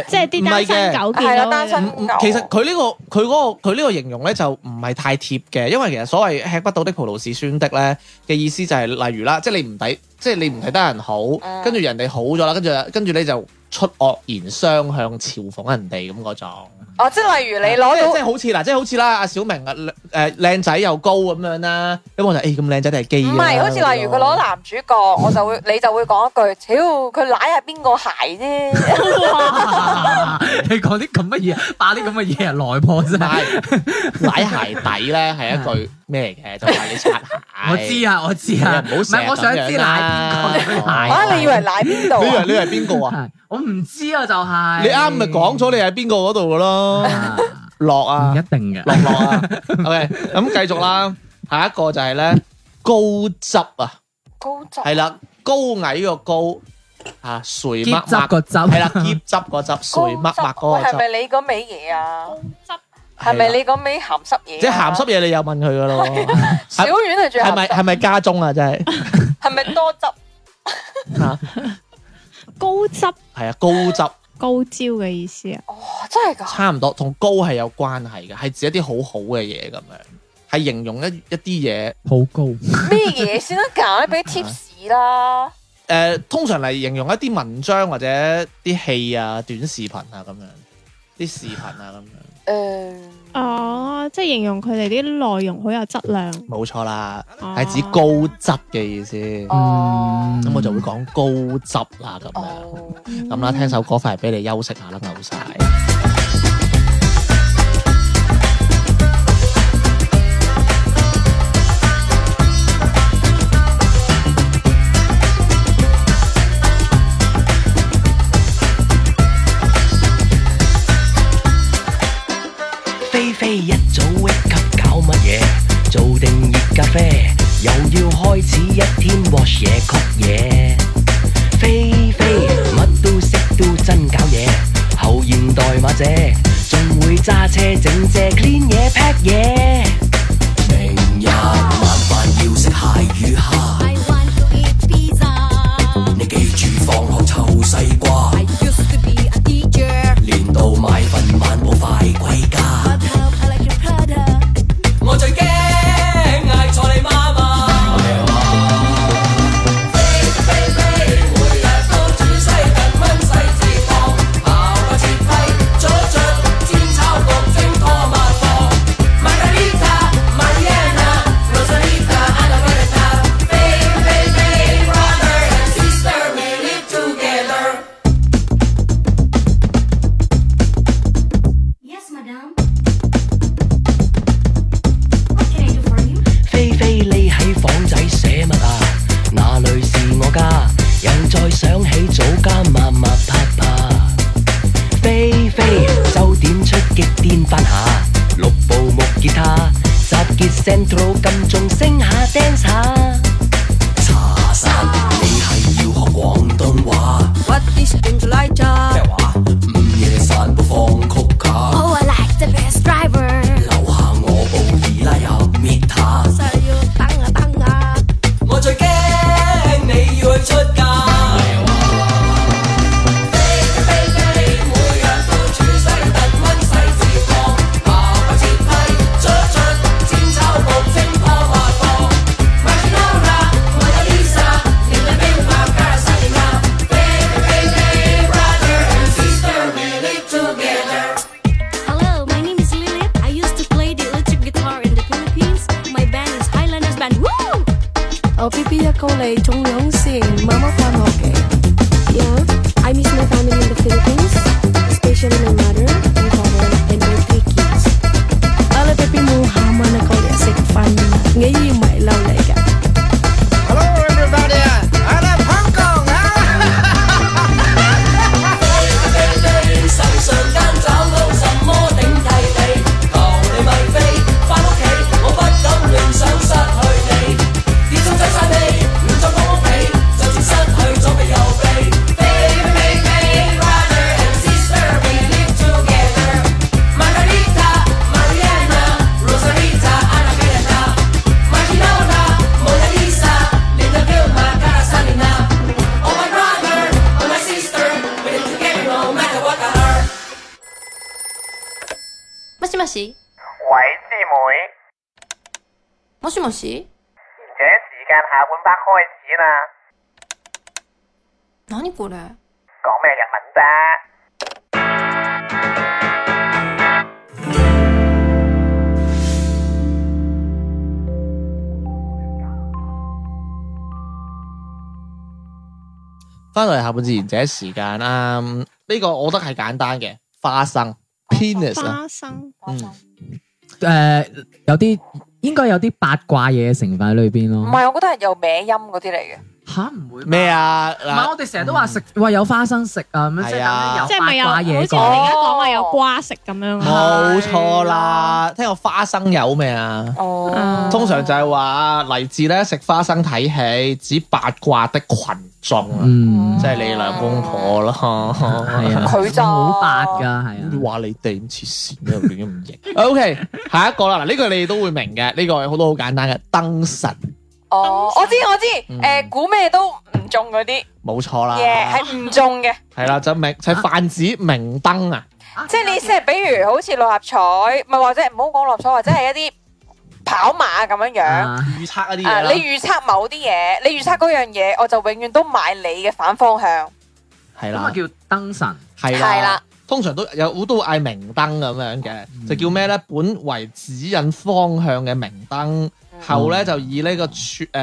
Speaker 2: 即係啲單身狗見
Speaker 3: 啊係啦
Speaker 2: 到
Speaker 3: 單身
Speaker 2: 嘅
Speaker 1: 唔唔嗯其實佢呢、個佢嗰、個佢呢個形容咧就唔係太貼嘅，因為其實所謂吃不到的葡萄是酸的咧嘅意思就係、例如啦，即係你唔抵，即係你唔睇得人好，
Speaker 3: 嗯
Speaker 1: 跟住人哋好咗啦，跟住跟住你就出惡言相向嘲諷人哋咁嗰種。啊
Speaker 3: 哦，即係例如你攞
Speaker 1: 即係即
Speaker 3: 到
Speaker 1: 係好似嗱，即係好似啦，阿小明啊，誒靚仔又高咁樣啦，咁我就誒咁靚仔定係基啊
Speaker 3: 唔係，好似例如佢攞男主角，我就會你就會講一句，屌佢舐下邊個鞋
Speaker 1: 啊
Speaker 3: 啫，
Speaker 4: 你講啲咁乜嘢，把啲咁嘅嘢嚟來破 <laughs> 真係。。
Speaker 1: 奶鞋底咧係一句咩嘅，就話你擦鞋
Speaker 4: <laughs> 我知啊，我知啊，
Speaker 1: 你唔
Speaker 4: 唔
Speaker 1: 好成日
Speaker 4: 係我想知
Speaker 1: 咁樣
Speaker 4: 奶
Speaker 1: 啦
Speaker 4: 邊個對
Speaker 1: 哦
Speaker 4: 鞋？
Speaker 3: <laughs> 啊你以為舐邊度
Speaker 1: 你以
Speaker 3: 啊
Speaker 1: 為？你係邊個啊？
Speaker 4: 係我唔知啊，就係
Speaker 1: 你啱咪講咗你係邊個嗰度噶
Speaker 4: <laughs>
Speaker 1: 咯？
Speaker 4: 啊
Speaker 1: 落
Speaker 4: 唔
Speaker 1: 啊
Speaker 4: 一，定嘅
Speaker 1: 落落啊。OK，咁繼續啦。下一個就係咧高汁啊，
Speaker 3: 高質
Speaker 1: 係啦，高矮個高啊，垂乜
Speaker 4: 結汁個
Speaker 1: 乜
Speaker 4: 汁 <laughs>
Speaker 1: 係啦，結汁個汁，垂乜乜
Speaker 3: 喂
Speaker 1: 嗰
Speaker 3: 係
Speaker 1: 個汁。
Speaker 3: 咪你嗰味嘢啊？
Speaker 2: 汁
Speaker 3: 係咪你嗰味鹹濕嘢啊？
Speaker 1: 即係鹹濕嘢，你又問佢噶咯喎？
Speaker 4: <laughs>
Speaker 3: 小丸係最
Speaker 1: 係
Speaker 3: 鹹
Speaker 1: 咪
Speaker 3: 濕
Speaker 1: 係，咪家中啊？真係
Speaker 3: 係咪多汁？
Speaker 1: 嚇，
Speaker 2: 高汁
Speaker 1: 係啊，高汁
Speaker 2: 高椒嘅意思啊！
Speaker 3: 哦，真係㗎，
Speaker 1: 差唔多，同高係有關係嘅，係指一啲好好嘅嘢咁樣，係形容一一啲嘢。
Speaker 4: 好高，
Speaker 3: 咩 <laughs> 嘢先得㗎？你俾 tips 啦。
Speaker 1: 誒、呃通常嚟形容一啲文章或者啲戲啊、短視頻啊咁樣，啲視頻啊咁樣，
Speaker 3: 誒，
Speaker 2: 哦，即係形容佢哋啲內容好有質量，
Speaker 1: 冇錯啦，
Speaker 2: 哦
Speaker 1: 係指高質嘅意思。咁、
Speaker 3: Ờ. 哦，
Speaker 4: 嗯
Speaker 1: 我就會講高質啦咁樣。
Speaker 3: 哦，
Speaker 1: 咁啦，聽首歌翻嚟俾你休息下啦，嘔晒。
Speaker 5: 菲菲一早 wake up 搞乜嘢？做定熱咖啡，又要開始一天 wash 嘢曲嘢。菲菲乜都識都真搞嘢，後現代馬姐仲會揸車整隻 clean 嘢 pack 嘢。明日晚飯要食蟹與蝦，
Speaker 6: I want to eat pizza.
Speaker 5: 你記住放學臭西瓜。
Speaker 6: I used Oh, eh. Mama from Hokkaido. Yeah, I miss my family in the Philippines, especially my mother, my father, and my three kids. Ala tapi mo hama na kau ya sek family. Ngayon yung may law lai ka.
Speaker 1: 翻嚟下半自然者時間啦，嗯呢、個我覺得係簡單嘅，花生 penis 啊，
Speaker 2: 花生
Speaker 1: 嗯
Speaker 4: 诶，有啲應該有啲八卦嘢嘅成分喺裏邊
Speaker 3: 唔
Speaker 4: 咯。
Speaker 3: 係，我覺得係有歪音嗰啲嚟嘅。
Speaker 4: 吓唔會
Speaker 1: 咩啊？
Speaker 4: 唔係，
Speaker 1: 嗱，
Speaker 4: 我哋成日都話食喂有花生食啊，咁樣即
Speaker 1: 係啊
Speaker 2: 即係咪
Speaker 4: 係
Speaker 2: 有好
Speaker 4: 八卦
Speaker 2: 似我哋而
Speaker 4: 嘢講。
Speaker 3: 講
Speaker 2: 家講話有瓜食咁樣啊？
Speaker 1: 冇錯啦，聽過花生有咩啊？
Speaker 3: 哦
Speaker 2: 嗯
Speaker 1: 通常就係話啊嚟自咧食花生睇戲，指八卦的群眾啊，
Speaker 4: 嗯，
Speaker 1: 即係你兩公婆咯。
Speaker 4: 係啊，
Speaker 3: 佢就
Speaker 4: 好八㗎，係啊。
Speaker 1: 話你哋咁黐線嘅，亂咁唔認。OK，下一個啦，嗱呢個你哋都會明嘅，呢個好多好簡單嘅燈神，
Speaker 3: 哦，我知我知
Speaker 1: 嗯，
Speaker 3: 誒估咩都唔中嗰啲
Speaker 1: 冇錯啦，
Speaker 3: 嘢係唔中嘅，
Speaker 1: 係啦，就明就係泛指明燈啊，
Speaker 3: 即係你意思係，比如好似六合彩，唔係或者唔好講六合彩，或者係一啲跑馬咁樣樣。
Speaker 4: 啊
Speaker 1: 預測一啲
Speaker 3: 啊！
Speaker 1: 嘢
Speaker 3: 你
Speaker 1: 啦，
Speaker 3: 預測某啲嘢，你預測嗰樣嘢，我就永遠都買你嘅反方向。
Speaker 1: 係
Speaker 4: 咁啊
Speaker 1: 啦，
Speaker 4: 叫燈神。
Speaker 1: 係
Speaker 3: 係
Speaker 1: 啦
Speaker 3: 啦。
Speaker 1: 通常都有好都會嗌明燈咁樣嘅，就叫咩咧？本為指引方向嘅明燈，後咧就以呢個串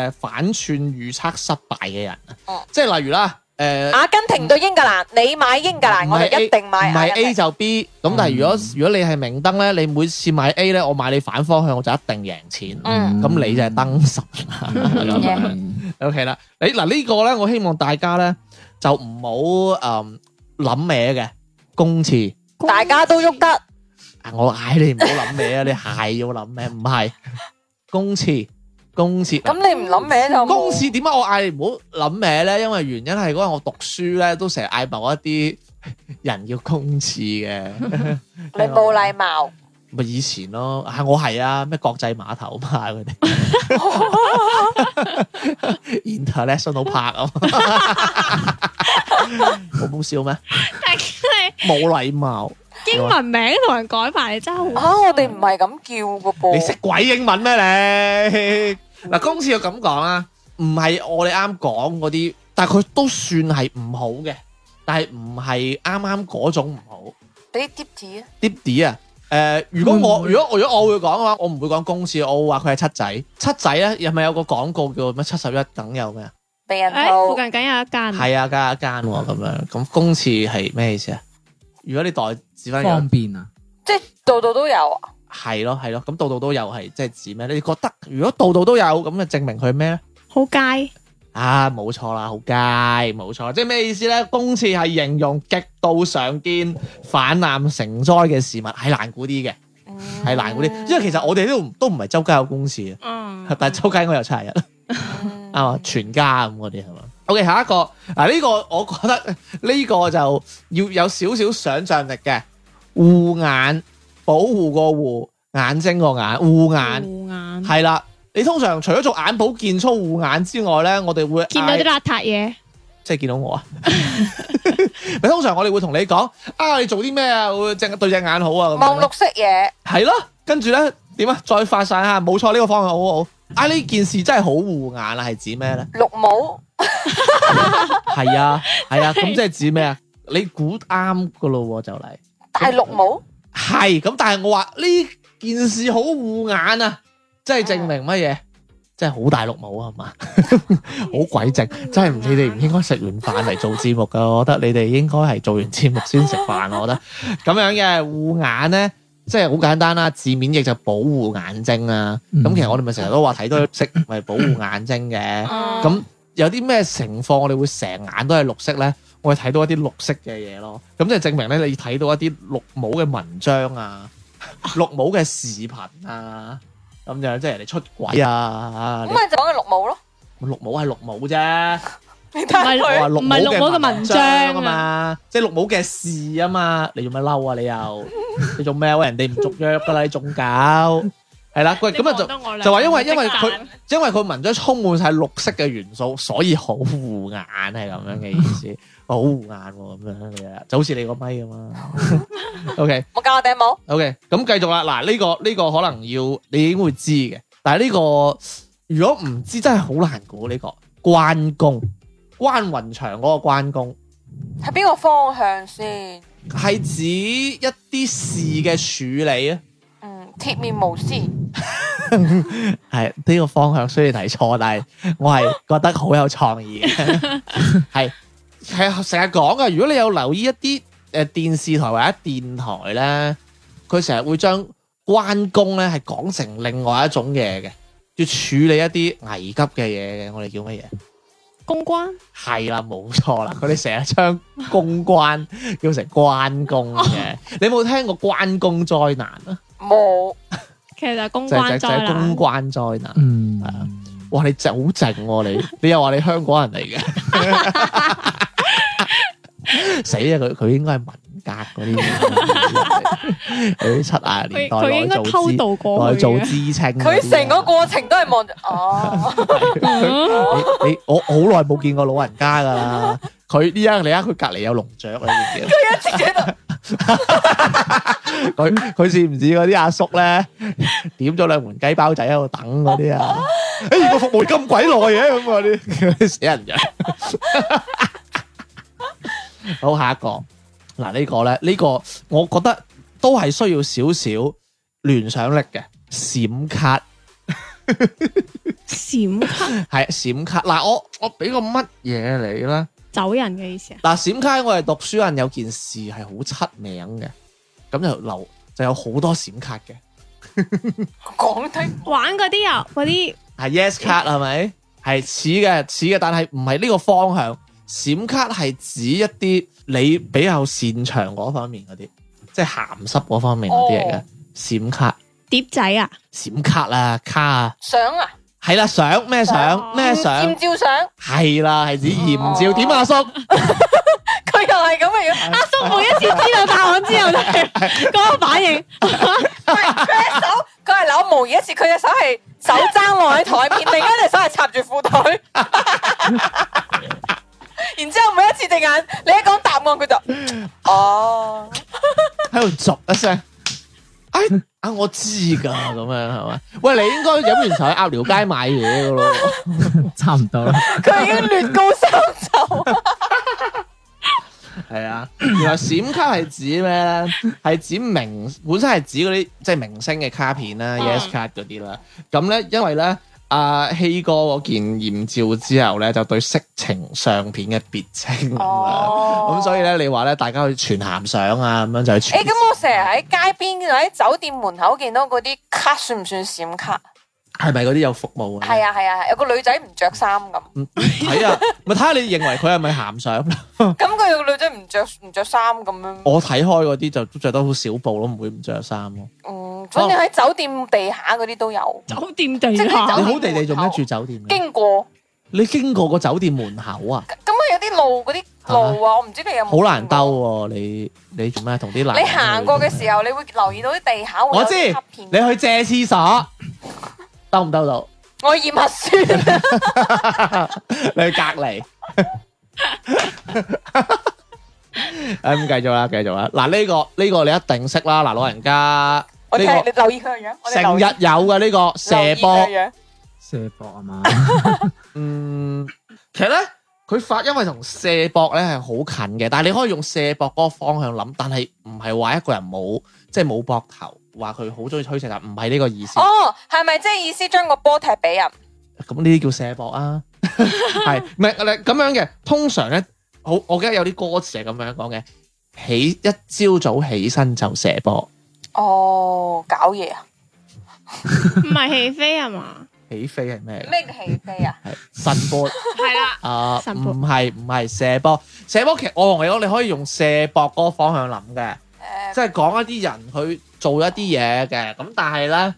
Speaker 1: 誒、反串預測失敗嘅人，
Speaker 3: 哦
Speaker 1: 即係例如啦，誒、
Speaker 3: 阿根廷對英格蘭，你買英格蘭，
Speaker 1: 唔
Speaker 3: 我
Speaker 1: 係
Speaker 3: 就
Speaker 1: A-
Speaker 3: 一定買
Speaker 1: 唔
Speaker 3: 阿
Speaker 1: 係
Speaker 3: 根
Speaker 1: A
Speaker 3: 廷。
Speaker 1: 就 B，咁但係如果如果你係明燈咧，你每次買 A 咧，我買你反方向，我就一定贏錢。
Speaker 3: 嗯
Speaker 1: 咁你就係燈神 <laughs> 啦咁樣。OK 啦，你嗱呢個咧，我希望大家咧就唔好誒諗歪嘅公廁。
Speaker 3: 大家都喐得，
Speaker 1: 啊我嗌你唔好諗歪啊，你係要諗咩？唔係公廁，公廁。
Speaker 3: 咁你唔諗咩就冇
Speaker 1: 公廁點解我嗌你唔好諗歪咧？因為原因係嗰日我讀書咧，都成日嗌某一啲人叫公廁嘅。
Speaker 3: 你冇禮貌。
Speaker 1: 咪以前咯，啊我係啊，咩國際碼頭嘛嗰啲，international park 啊嘛，好好笑咩？
Speaker 2: 但係
Speaker 1: 冇禮貌，
Speaker 2: 英文名同人改埋，你真係好
Speaker 3: 啊！我哋唔係咁叫噶噃。
Speaker 1: 你識鬼英文咩你？嗱，公司要咁講啦，唔係我哋啱講嗰啲，但係佢都算係唔好嘅，但係唔係啱啱嗰種唔好。
Speaker 3: 俾啲貼紙啊！
Speaker 1: 啲啲啊！誒、如果我如果如果我會講嘅話，我唔會講公廁，我會話佢係七仔。七仔咧，有咪有個廣告叫咩七十一等有咩啊？
Speaker 3: 避孕
Speaker 2: 誒，附
Speaker 3: 套
Speaker 2: 近緊有一間
Speaker 1: 係啊，加一間喎咁樣。咁公廁係咩意思啊？如果你代指
Speaker 3: 嗯
Speaker 1: 翻
Speaker 4: 方便啊！
Speaker 3: 即係度度都有啊！
Speaker 1: 係咯係咯，咁度度都有係即係指咩？你覺得如果度度都有咁，就證明佢咩咧？
Speaker 2: 好街，
Speaker 1: 啊，冇錯啦，好街，冇錯，即係咩意思咧？公廁係形容極度常見、泛濫成災嘅事物，係難估啲嘅，
Speaker 2: 哦
Speaker 1: 係難估啲。因為其實我哋呢度都唔係周街有公廁啊。
Speaker 2: 嗯，
Speaker 1: 但係周街我有差日，
Speaker 2: 哦
Speaker 1: <laughs> 啱嘛？全家咁嗰啲係嘛？OK，下一個嗱呢個我覺得呢個就要有少少想像力嘅護眼，保護個護眼睛個眼護眼
Speaker 2: 護眼，
Speaker 1: 係啦。你通常除咗做眼保健操護眼之外咧，我哋會
Speaker 2: 見到啲邋
Speaker 1: 嗌
Speaker 2: 遢嘢，
Speaker 1: 即係見到我啊！ <laughs> 咪通常我哋會同你講啊，你做啲咩啊？會隻對隻眼好啊咁樣
Speaker 3: 望綠色嘢，
Speaker 1: 係咯，跟住咧點啊？再發散下，冇錯，呢、個方向好好。啊，呢件事真係好護眼啦，係指咩咧？
Speaker 2: <laughs>
Speaker 3: 綠帽
Speaker 1: 係啊，係啊，咁即係指咩啊？你估啱噶咯喎，就嚟
Speaker 3: 戴綠帽，
Speaker 1: 係咁，但係我話呢件事好護眼啊，即係證明乜嘢？真係好大陸冇啊係嘛， <laughs> 好鬼正，真係你哋唔應該食完飯嚟做節目噶，我覺得你哋應該係做完節目先食飯，我覺得咁樣嘅護眼咧。即係好簡單啦，字面亦就保護眼睛啦。咁、
Speaker 4: 嗯
Speaker 1: 其實我哋咪成日都話睇多啲色，咪保護眼睛嘅。
Speaker 2: 哦
Speaker 1: 咁有啲咩情況我哋會成眼都係綠色咧？我哋睇到一啲綠色嘅嘢咯，咁就證明咧你睇到一啲綠帽嘅文章啊、 <laughs> 綠帽嘅視頻啊，咁就即係人哋出軌啊，
Speaker 3: 咁咪就講佢綠帽
Speaker 1: <laughs>
Speaker 3: 咯。
Speaker 1: 你綠帽係綠帽啫，
Speaker 3: 你睇
Speaker 2: 唔係
Speaker 3: 下
Speaker 1: 我
Speaker 3: 佢
Speaker 1: 話綠帽
Speaker 2: 唔係綠帽嘅
Speaker 1: 文
Speaker 2: 文
Speaker 1: 章
Speaker 2: 章啊
Speaker 1: 啊嘛，即係綠帽嘅事啊嘛，你做咩嬲啊你
Speaker 2: <laughs>
Speaker 1: 又？你做咩啊？喂人哋唔續約噶啦，你仲搞係啦？喂咁啊就。就話因為因為佢因為佢文章充滿晒綠色嘅元素，所以好護眼係咁樣嘅意思，好護眼喎咁樣嘅，就好似你個咪
Speaker 2: <laughs>
Speaker 1: 咁啊。OK
Speaker 3: 冇教我頂帽，
Speaker 1: OK，咁繼續啦。嗱呢個呢個可能要你已經會知嘅，但係呢個如果唔知真係好難估呢個關公關雲長嗰個關公。
Speaker 3: 係邊個方向先？
Speaker 1: 係指一啲事嘅處理啊，
Speaker 3: 嗯，鐵面無私，
Speaker 1: 係呢、個方向雖然係錯，但係我係覺得好有創意嘅， <laughs> 係係成日講嘅。如果你有留意一啲誒電視台或者電台咧，佢成日會將關公咧係講成另外一種嘢嘅，要處理一啲危急嘅嘢嘅，我哋叫乜嘢？
Speaker 2: 公關
Speaker 1: 係啦，冇錯啦，佢哋成日將公關叫成關公嘅。你有冇聽過關公災難啊？
Speaker 3: 冇
Speaker 2: 其實就係公
Speaker 1: 就係
Speaker 2: 關
Speaker 1: 就係
Speaker 2: 災
Speaker 1: 公
Speaker 2: 難，
Speaker 1: 關災難。
Speaker 4: 嗯，
Speaker 1: 哇！你真係好靜喎
Speaker 2: <laughs>
Speaker 1: 你，你又話你香港人嚟嘅，死啊！佢佢應該係文革嗰啲，
Speaker 2: <laughs>
Speaker 1: 佢七啊
Speaker 2: 佢
Speaker 1: 年代
Speaker 2: 佢
Speaker 1: 內
Speaker 2: 應該
Speaker 1: 做知
Speaker 2: 偷渡過
Speaker 1: 內
Speaker 2: 去
Speaker 1: 做
Speaker 2: 嘅。
Speaker 1: 知青嗰啲啊，
Speaker 3: 佢成個過程都係望住
Speaker 1: <laughs>
Speaker 3: 哦，
Speaker 1: 佢你你我好耐冇見過老人家噶啦，佢呢家你睇佢隔離有龍雀啊啦，你知唔
Speaker 3: 一
Speaker 1: 知？
Speaker 3: 直喺度
Speaker 1: 佢佢似唔似嗰啲阿叔咧，點咗兩盤雞包仔喺度等嗰啲啊？誒、個服務咁鬼耐嘅咁嗰啲，啲 <laughs> 死人樣。好，下一個嗱、呢個咧，呢、個我覺得都係需要少少聯想力嘅閃卡，
Speaker 2: 閃卡
Speaker 1: 係閃卡。嗱、我我俾個乜嘢你咧？
Speaker 2: 走人嘅意思啊？
Speaker 1: 嗱，閃卡我哋讀書人有件事係好出名嘅，咁就留就有好多閃卡嘅。
Speaker 3: 講低
Speaker 2: 玩嗰啲啊，嗰啲
Speaker 1: 係 yes card
Speaker 3: 嗯
Speaker 1: 係咪？係似嘅，似嘅，但係唔係呢個方向。閃卡係指一啲你比較擅長嗰方面嗰啲，即係鹹濕嗰方面嗰啲嚟嘅
Speaker 3: 哦
Speaker 1: 閃卡、
Speaker 2: 碟仔啊，
Speaker 1: 閃卡啊、卡啊，
Speaker 3: 相啊，
Speaker 1: 係啦，相咩相咩
Speaker 3: 艷，
Speaker 1: 相
Speaker 3: 照相，
Speaker 1: 係啦，係指豔照
Speaker 3: 哦
Speaker 1: 點啊，阿叔，
Speaker 3: 佢又係咁嘅樣，
Speaker 2: 阿叔每一次知道答案之後
Speaker 1: <laughs>
Speaker 2: 都係嗰個反應，
Speaker 3: 唔係佢一手佢係扭毛，而一次佢隻手係手踭落喺台面，另一隻手係插住褲
Speaker 1: <laughs>
Speaker 3: 袋。然之後每一次隻眼，你一講答案佢
Speaker 1: <laughs>
Speaker 3: 就哦，
Speaker 1: 喺度逐一聲，哎啊，我知㗎咁樣係咪？喂，你應該飲完茶去鴨寮街買嘢㗎咯。
Speaker 4: 差唔多啦。
Speaker 3: 佢已經略高三袖。
Speaker 1: 系啊，原來閃卡係指咩咧？係指明本身係指嗰啲即係明星嘅卡片啦、
Speaker 2: 嗯
Speaker 1: Yes card 嗰啲啦。咁咧，因為咧，阿、希哥嗰件豔照之後咧，就對色情相片嘅別稱咁樣
Speaker 3: 哦
Speaker 1: 啊咁所以咧，你話咧，大家去傳鹹相啊，咁樣就去
Speaker 3: 誒，
Speaker 1: 傳。
Speaker 3: 咁我成日喺街邊喺酒店門口見到嗰啲卡，算唔算閃卡？
Speaker 1: 係咪嗰啲有服務啊？
Speaker 3: 係啊係啊，係有個女仔唔着衫咁，
Speaker 1: 嗯，睇啊，咪睇下你認為佢係咪鹹相啦。
Speaker 3: 咁佢有個女仔唔着唔着衫咁樣，
Speaker 1: 我睇開嗰啲就都着得好少布咯，唔會唔着衫咯。
Speaker 3: 嗯，反正喺酒店地下嗰啲都有
Speaker 2: 酒店地
Speaker 3: 即係
Speaker 1: 你
Speaker 3: 酒
Speaker 2: 下
Speaker 1: 好哦地地做咩住酒店嘅？
Speaker 3: 經過。
Speaker 1: 你經過個酒店門口啊？
Speaker 3: 咁啊，有啲路嗰啲路啊，我唔知你有冇
Speaker 1: 好難
Speaker 3: 見過
Speaker 1: 兜喎！你你做咩同啲男人
Speaker 3: 你行過嘅時候，你會留意到啲地下會
Speaker 1: 我
Speaker 3: 有
Speaker 1: 知
Speaker 3: 啲卡片。
Speaker 1: 你去借廁所兜唔兜到？ <laughs>
Speaker 3: 我驗核酸，
Speaker 1: 你去隔離。誒咁繼續啦，繼續啦。嗱呢個呢個你一定識啦。嗱老人家
Speaker 3: 我
Speaker 1: 呢
Speaker 3: 睇你
Speaker 1: 個
Speaker 3: 留意佢個樣，我哋
Speaker 1: 成
Speaker 3: 留意
Speaker 1: 日有嘅呢個射波
Speaker 3: 留。意佢個樣
Speaker 4: 射博啊嘛，
Speaker 1: 嗯，其實咧，佢發因為同射博咧係好近嘅，但係你可以用射博嗰個方向諗，但係唔係話一個人冇即係冇膊
Speaker 2: 哦
Speaker 1: 頭，話佢好中意推射，但唔係呢個意思。
Speaker 3: 哦，係咪即係意思將個波踢俾人？
Speaker 1: 誒、咁呢啲叫射博
Speaker 2: <laughs>
Speaker 1: 啊，係唔係嗱咁樣嘅？通常咧，好我記得有啲歌詞係咁樣講嘅，起一朝早起身就射波，
Speaker 3: 哦，搞嘢啊！
Speaker 2: 唔係起飛係嘛？
Speaker 1: 起飛係咩？
Speaker 3: 咩起飛啊？
Speaker 1: 係神波。
Speaker 2: 係啦，
Speaker 1: 啊，
Speaker 2: 神
Speaker 1: 唔
Speaker 2: 波
Speaker 1: 係唔係射波，射波其實哦我同你講，你可以用射博嗰個方向諗嘅，
Speaker 3: 誒
Speaker 1: 即係講一啲人佢做一啲嘢嘅，咁但係咧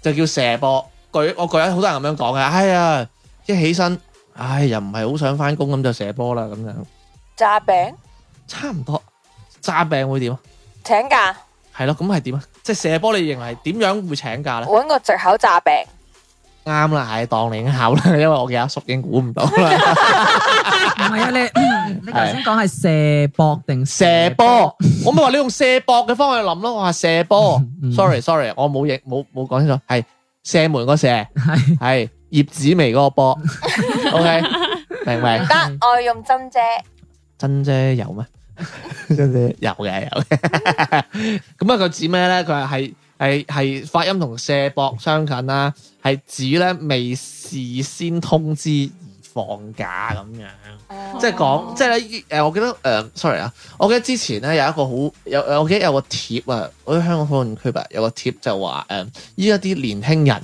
Speaker 1: 就叫射波。舉我舉好多人咁樣講嘅，哎呀，一起身，唉又唔係好想翻工咁就射波啦咁樣，
Speaker 3: 炸餅
Speaker 1: 差唔多。揸病會點啊？
Speaker 3: 請假，
Speaker 1: 係咯，咁係點啊？即係射波，你認為點樣會請假咧？
Speaker 3: 揾個藉口炸餅。
Speaker 1: 啱啦，係當你考啦，因為我嘅阿叔已經估唔到啦。
Speaker 4: <laughs> 唔係啊，你你頭先講係射博定
Speaker 1: 射波，我咪話你用射波嘅方向去諗咯，我話射波
Speaker 4: 嗯
Speaker 1: ，sorry sorry，我冇認冇冇講清楚，係射門個射，
Speaker 4: 係
Speaker 1: 係葉子楣嗰個波，OK，明唔
Speaker 3: 唔 <laughs>
Speaker 1: 明？
Speaker 3: 得，我要用針啫。
Speaker 1: 真啫有咩？真啫有嘅有嘅， <laughs> 咁啊佢指咩咧？佢話係係係發音同射波相近啦，係指咧未事先通知而放假咁樣。
Speaker 3: 嗯
Speaker 1: 即係講，即係咧呃誒，我記得誒、s o r r y 啊，我記得之前咧有一個好有呃有我記得有個貼啊，我喺香港討論區吧，有個貼就話誒，依家啲年輕人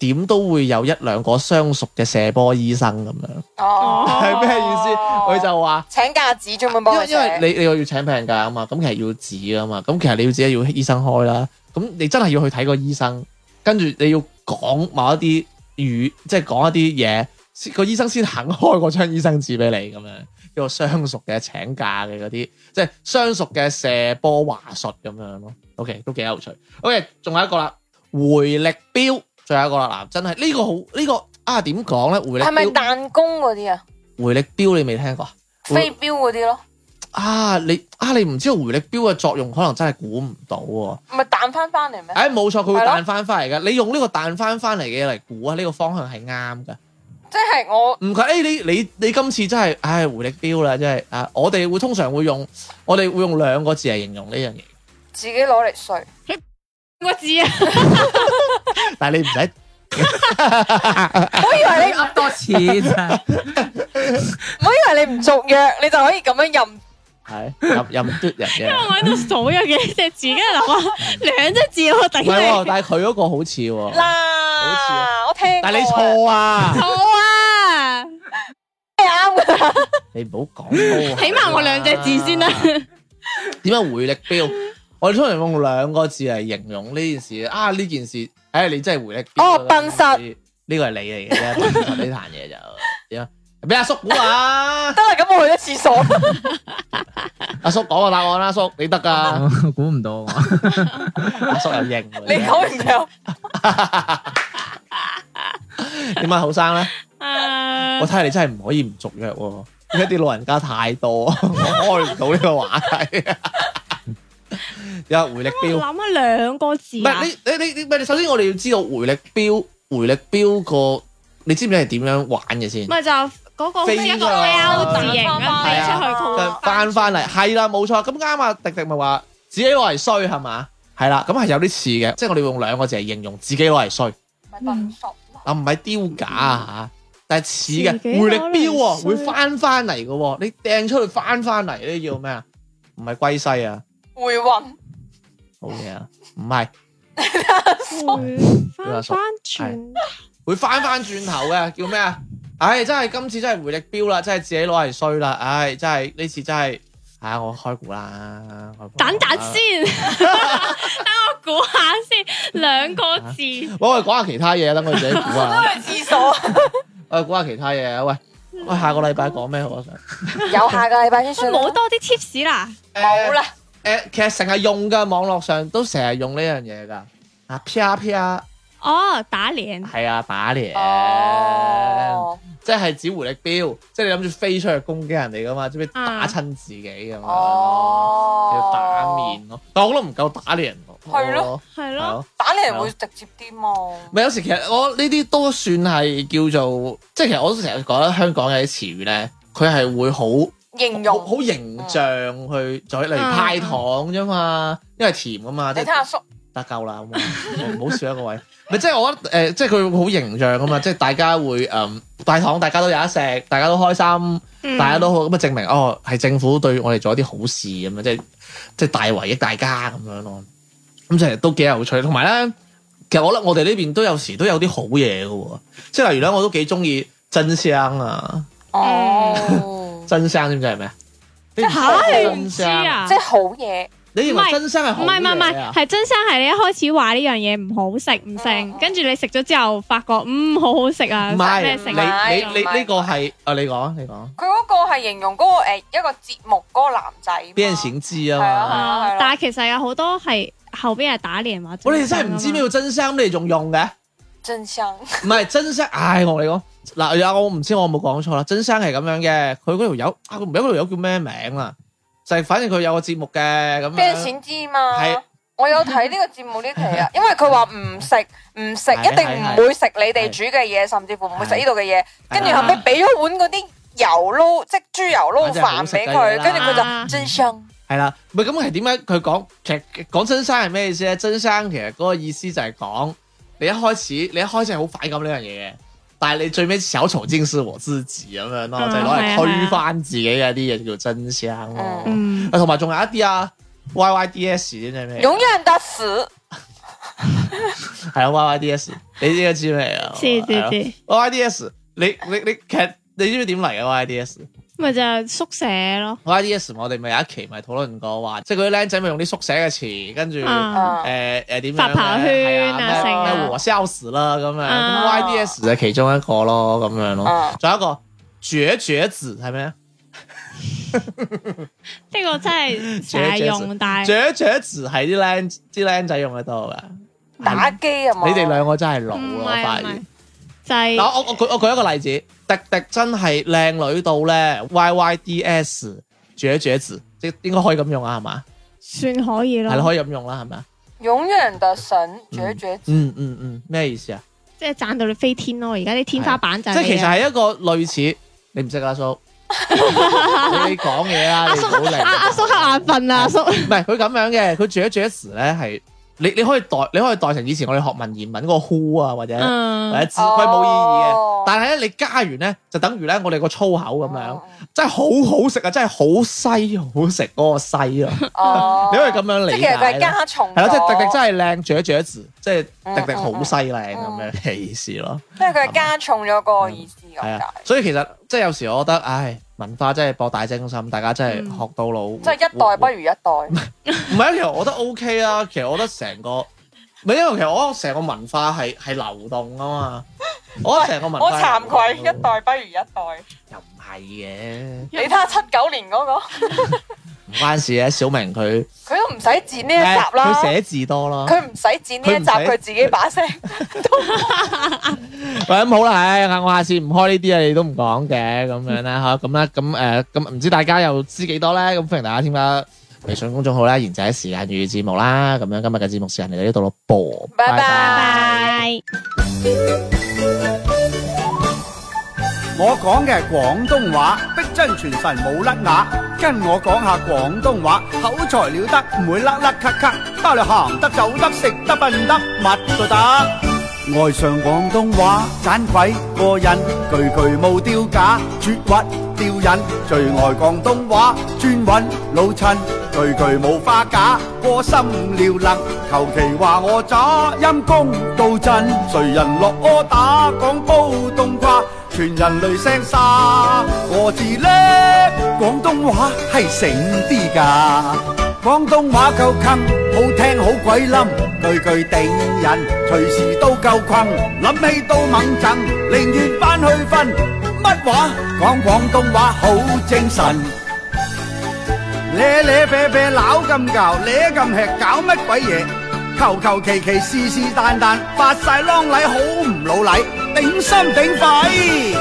Speaker 1: 點都會有一兩個相熟嘅射波醫生咁樣，
Speaker 3: 哦，
Speaker 1: 係咩、意思？佢就話。
Speaker 3: 請假紙專門幫
Speaker 1: 因
Speaker 3: 佢
Speaker 1: 為因為
Speaker 3: 寫。
Speaker 1: 你你又要請病假啊嘛，咁其實要指啊嘛，咁其實你要自己要醫生開啦，咁你真係要去睇個醫生，跟住你要講某一啲語，即係講一啲嘢，先個醫生先肯開嗰張醫生紙俾你咁樣，叫做相熟嘅請假嘅嗰啲，即係相熟嘅射波話術咁樣咯。OK，都幾有趣。OK，仲有一個啦，回力鏢，仲有一個啦，嗱，真係呢個好呢、個啊點講咧？回力
Speaker 3: 係咪
Speaker 1: 鏢，
Speaker 3: 彈弓嗰啲啊？
Speaker 1: 回力鏢你未聽過啊？會
Speaker 3: 飛鏢嗰啲咯，
Speaker 1: 啊，你啊，你唔知道回力鏢嘅作用，可能真係估唔到喎。
Speaker 3: 咪彈翻翻嚟咩？
Speaker 1: 誒，冇錯，佢會
Speaker 3: 係咯
Speaker 1: 彈翻翻嚟嘅。你用呢個彈翻翻嚟嘅嘢嚟估啊，呢、個方向係啱嘅。
Speaker 3: 即係我
Speaker 1: 唔佢誒，你你你今次真係，唉，回力鏢啦，真係啊！我哋會通常會用，我哋會用兩個字嚟形容呢樣嘢。
Speaker 3: 自己攞嚟碎。
Speaker 2: 我知啊，
Speaker 1: 但係你唔使，
Speaker 3: 我以為 <laughs>
Speaker 4: 你
Speaker 3: 你
Speaker 4: 噏多次啫，
Speaker 3: 唔好以為你唔續約，你就可以咁樣任。
Speaker 1: 係任任嘟人
Speaker 2: 因為
Speaker 1: 嘅。嗯
Speaker 2: 我喺度數有幾隻字，跟住就話兩隻字我頂
Speaker 1: 唔係喎，
Speaker 2: 你。
Speaker 1: 但係佢嗰個好似喎，似
Speaker 3: 嗱，我聽過啊。
Speaker 1: 但係你錯啊！
Speaker 2: 錯啊！
Speaker 3: 係啱嘅。
Speaker 1: 你唔好講粗口
Speaker 2: 起碼我兩隻字先啦。
Speaker 1: <laughs> 點解回力鏢？我哋通常用兩個字嚟形容呢件事啊！呢件事，唉、你真係回力鏢
Speaker 3: 哦笨實，
Speaker 1: 呢個係你嚟嘅啫， <laughs> 笨實呢壇嘢就點啊？俾阿叔估下，
Speaker 3: 得啦，咁我去咗廁所。
Speaker 1: 阿叔講個答案啦，阿叔你得㗎，
Speaker 4: <laughs> 我估唔到啊。
Speaker 1: 阿叔又認喎。
Speaker 3: <laughs> 你講完之後，
Speaker 1: 點啊，後生咧？
Speaker 2: 啊
Speaker 1: 我睇下你真係唔可以唔續約喎，而家啲老人家太多， <laughs> 我開唔到呢個話題。 <laughs> 有回力鏢
Speaker 2: 我。諗咗兩個
Speaker 1: 唔
Speaker 2: 字啊，
Speaker 1: 係你你你你唔係你首先我哋要知道回力鏢回力鏢個你知唔知係點樣玩嘅先？
Speaker 2: 咪就嗰個好似一個
Speaker 1: 飛咗啊
Speaker 2: L 字形咁飛啊出去，佢
Speaker 1: 就
Speaker 2: 會
Speaker 1: 翻翻嚟係啦，冇錯。咁啱啊！迪迪咪話自己攞嚟衰係嘛？係啦，咁係有啲似嘅，即係我哋用兩個字嚟形容自己攞嚟衰
Speaker 3: 咪笨熟 <laughs> 咯。
Speaker 1: 啊，唔係丟架啊嚇，但係似嘅
Speaker 2: 嗯自己攞嚟
Speaker 1: 回力鏢喎，
Speaker 2: 衰
Speaker 1: 會翻翻嚟嘅喎，你掟出去翻翻嚟呢叫咩啊？唔係歸西啊，
Speaker 3: 回魂
Speaker 1: 好嘢啊，唔係。
Speaker 2: 會翻翻
Speaker 1: 係
Speaker 2: 轉。
Speaker 1: 會翻翻轉頭嘅，叫咩啊？唉、真係今次真係回力鏢啦，真係自己攞嚟衰啦，唉、真係呢次真係，唉、我開估啦，開估啦
Speaker 2: 等等。先，
Speaker 1: 啊
Speaker 2: <laughs> 等我估下先，兩個字，
Speaker 1: 喂，我哋講下其他嘢啦，我哋自己估
Speaker 2: <laughs>
Speaker 1: 啊，
Speaker 3: 去廁所。
Speaker 1: 我哋估下其他嘢啊，喂，喂，下個禮拜講咩好
Speaker 2: <laughs>
Speaker 1: 啊？想
Speaker 3: 有下個禮拜先
Speaker 2: 我
Speaker 3: 算啦。
Speaker 2: 冇多啲 tips 啦。
Speaker 3: 冇啦，
Speaker 1: 誒，誒其實成日用噶，網絡上都成日用呢樣嘢噶，啊啪啪，
Speaker 2: 哦，打臉，
Speaker 1: 係啊打臉，
Speaker 3: 哦，
Speaker 1: 即係指回力鏢，即係你諗住飛出去攻擊人哋噶嘛，知唔知打親自己咁樣？要
Speaker 3: 嗯哦，
Speaker 1: 打，面咯，但我覺得唔夠打你人喎。
Speaker 3: 係咯
Speaker 1: 我，
Speaker 2: 係
Speaker 1: 係
Speaker 2: 咯，
Speaker 1: 咯。
Speaker 3: 打你人會直接啲嘛？
Speaker 1: 咪有時其實我呢啲都算係叫做，即係其實我都成日覺得香港有啲詞語咧，佢係會好
Speaker 3: 形
Speaker 1: 好
Speaker 3: 容，嗯
Speaker 1: 好形象去做，例如派糖啫嘛，因為甜啊嘛，
Speaker 3: 你
Speaker 1: 即
Speaker 3: 睇下
Speaker 1: 係
Speaker 3: 叔，
Speaker 1: 得夠啦，好唔好唔好笑啊 <laughs> 各位。咪即係我覺得誒、即係佢好形象啊嘛，即係大家會誒、大堂，大家都有得食，大家都開心，
Speaker 2: 嗯
Speaker 1: 大家都好咁啊，證明哦係政府對我哋做一啲好事咁啊樣，即係即係大為益大家咁樣咯。咁其實都幾有趣，同埋咧，其實我覺得我哋呢邊都有時都有啲好嘢嘅喎，即係例如咧，我都幾中意真香啊，
Speaker 2: 嗯
Speaker 3: 哦，
Speaker 1: 真香知唔知係咩啊？
Speaker 3: 即係嚇
Speaker 2: 你唔知啊
Speaker 3: 即係好嘢，
Speaker 1: 你認
Speaker 2: 唔係
Speaker 1: 為真香係
Speaker 2: 唔
Speaker 1: 好
Speaker 2: 係唔係唔
Speaker 1: 嘢
Speaker 2: 係，
Speaker 1: 啊？
Speaker 2: 係真生係你一開始話呢樣嘢唔好食唔
Speaker 3: 嗯
Speaker 2: 成，跟住你食咗之後發覺嗯好好食啊，
Speaker 1: 哦唔
Speaker 2: 咩
Speaker 1: 係
Speaker 2: 食
Speaker 1: 你
Speaker 2: 啊
Speaker 1: 你你
Speaker 3: 唔係
Speaker 1: 呢個係啊？你講你講，
Speaker 3: 佢嗰個係形容嗰個誒一個節目嗰個男仔嘛，
Speaker 1: 俾人閃知啊
Speaker 3: 係
Speaker 1: 嘛
Speaker 3: 啊。
Speaker 2: 啊
Speaker 3: 係咯
Speaker 2: 但係其實有好多係後邊係打啊臉或者
Speaker 1: 我哋真係唔知咩叫真聲，你哋仲用嘅？
Speaker 3: 真相，
Speaker 1: 唔係真聲， <laughs> 唉，我同你講嗱，有我唔知我冇講錯啦。真聲係咁樣嘅，佢嗰條友啊，佢唔記得嗰條友叫咩名啦，就係反正佢有個節目嘅咁
Speaker 3: 俾人
Speaker 1: 樣，
Speaker 3: 閃知嘛。
Speaker 1: 係
Speaker 3: 我有睇呢個節目呢期
Speaker 1: <laughs>
Speaker 3: 啊，因為佢話唔食唔食，
Speaker 1: 係
Speaker 3: 一定唔會食你哋煮嘅嘢，甚至乎唔會食呢度嘅嘢。跟住後尾俾咗碗嗰啲油撈，即係豬油
Speaker 1: 啊
Speaker 3: 撈飯俾佢，跟住佢
Speaker 2: 啊
Speaker 3: 就真相。
Speaker 1: 係啦。唔係咁係點解佢講其實講真聲係咩意思咧？真聲其實嗰個意思就係講你一開始你一開始係好反感呢樣嘢嘅，但係你最尾小丑竟是我自己咁樣咯，
Speaker 2: 嗯
Speaker 1: 就係
Speaker 2: 係
Speaker 1: 攞嚟
Speaker 2: 啊係啊
Speaker 1: 推翻自己嘅啲嘢叫真聲咯。
Speaker 3: 嗯
Speaker 2: 嗯
Speaker 1: 啊，同埋仲有一啲啊，Y Y D S 啲係咩？
Speaker 3: 永遠得死，
Speaker 1: 係啊，Y Y D S，你呢個知咩啊？
Speaker 2: <laughs> 知知
Speaker 1: 係
Speaker 2: 知，
Speaker 1: 咯。Y Y D S，你你你其實你知唔知點嚟嘅 Y Y D S？Y
Speaker 2: 咪就係宿舍咯，
Speaker 1: Y D S 我哋咪有一期咪討論過話，即係嗰啲僆仔咪用啲縮寫嘅詞，跟住誒
Speaker 2: 啊
Speaker 3: 啊
Speaker 1: 誒呃點樣
Speaker 2: 發朋友圈啊
Speaker 1: 係咩
Speaker 3: 成啊
Speaker 1: 咩和消死啦咁樣。咁
Speaker 2: 啊
Speaker 1: Y D S 就係其中一個咯，咁樣咯。
Speaker 3: 嗯，
Speaker 1: 仲有一個絕絕子係咩啊？
Speaker 2: 呢個真
Speaker 1: <laughs>
Speaker 2: 係成日用，但係
Speaker 1: 絕絕子係啲僆啲僆仔用得多㗎。
Speaker 3: 打機啊嘛。
Speaker 1: 嗯你哋兩個真係老
Speaker 2: 唔
Speaker 1: 咯，我
Speaker 2: 係
Speaker 1: 發
Speaker 2: 唔
Speaker 1: 現
Speaker 2: 係。就係
Speaker 1: 嗱，我我舉我舉一個例子，迪迪真係靚女到咧，Y Y D S 絕絕子，即應該可以咁用啊，係嘛？
Speaker 2: 算可以
Speaker 1: 係啦，
Speaker 2: 咯，
Speaker 1: 可以咁用啦，係咪啊？
Speaker 3: 永遠得神，絕絕子。
Speaker 1: 嗯嗯嗯，咩意思啊？
Speaker 2: 即係賺到你飛天咯，而家啲天花板就
Speaker 1: 即
Speaker 2: 係
Speaker 1: 係
Speaker 2: 你
Speaker 1: 其實
Speaker 2: 啊
Speaker 1: 係一個類似，你唔識啊，阿叔，你講嘢啦，
Speaker 2: 阿
Speaker 1: 你
Speaker 2: 叔
Speaker 1: 唔
Speaker 2: 阿阿
Speaker 1: 好嚟。
Speaker 2: 叔黑眼瞓啊，阿叔
Speaker 1: 唔係佢咁樣嘅，佢絕絕子咧係你你可以代你可以代成以前我哋學文言文嗰個 who 啊，或者
Speaker 2: 嗯
Speaker 1: 或者字規冇意義嘅。
Speaker 3: 哦
Speaker 1: 但係咧，你加完咧就等於咧我哋個粗口咁樣。真係好好食啊！真係好西好食嗰個西啊！
Speaker 3: 哦，
Speaker 1: 你可以咁樣
Speaker 3: 即係
Speaker 1: 理
Speaker 3: 其實佢係
Speaker 1: 解啦。
Speaker 3: 加重
Speaker 1: 係
Speaker 3: 咗，
Speaker 1: 啦，即係迪迪真係靚，雀雀字，即係
Speaker 3: 嗯
Speaker 1: 迪迪好犀靚咁
Speaker 3: 嗯
Speaker 1: 樣嘅意思咯。
Speaker 3: 即係佢係加重咗個意思咁
Speaker 1: 係啊
Speaker 3: 解，，
Speaker 1: 所以其實即係有時我覺得，唉，文化真係博大精深，大家真係學到老。
Speaker 3: 嗯即係一代不如一代。
Speaker 1: 唔係啊，其實我覺得 OK 啊。其實我覺得成個，唔係因為其實我覺得成個文化係係流動
Speaker 3: <laughs>
Speaker 1: 啊嘛。我覺得成個文化
Speaker 3: 我
Speaker 1: 係
Speaker 3: 慚愧，一
Speaker 1: 流動
Speaker 3: 代不如一代。
Speaker 1: 又唔係嘅，
Speaker 3: 你睇下七九年嗰個，
Speaker 1: 唔關事嘅。小明佢
Speaker 3: 佢都唔使剪呢一集
Speaker 1: 佢
Speaker 3: 啦。
Speaker 1: 寫字多咯。
Speaker 3: 佢唔使剪呢一集，
Speaker 1: 佢唔使
Speaker 3: 佢自己把聲。
Speaker 1: 喂，咁好啦，唉，我下次唔開呢啲啊，你都唔講嘅，咁樣啦，吓，咁啦，咁诶，咁、唔知大家又知幾多咧？咁歡迎大家添加微信公眾號啦，賢仔時間粵語節目啦，咁樣今日嘅節目時間嚟到呢度咯，播，
Speaker 3: 拜拜
Speaker 2: 拜。
Speaker 7: 我講嘅係廣東話，逼真全神冇甩牙。跟我講下廣東話，口才了得，唔會甩甩咳咳，包你行得走得食得瞓得乜都得。愛上廣東話，盞鬼過癮，句句冇丟架，絕屈吊人。最愛廣東話，專揾老襯，句句冇花假，過心撩能。求其話我渣，陰公到震，誰人落柯打，講煲冬瓜。全人類聲沙。我自叻，廣東話係醒啲㗎。廣東話夠坑，好聽好鬼冧，句句頂人，隨時都夠困。諗起都猛震，寧願翻去瞓。乜話？講廣東話好精神。咧咧啤啤鬧咁教，咧咁吃搞乜鬼嘢？求求其其是是但但，發晒啷禮好唔老禮，頂心頂肺。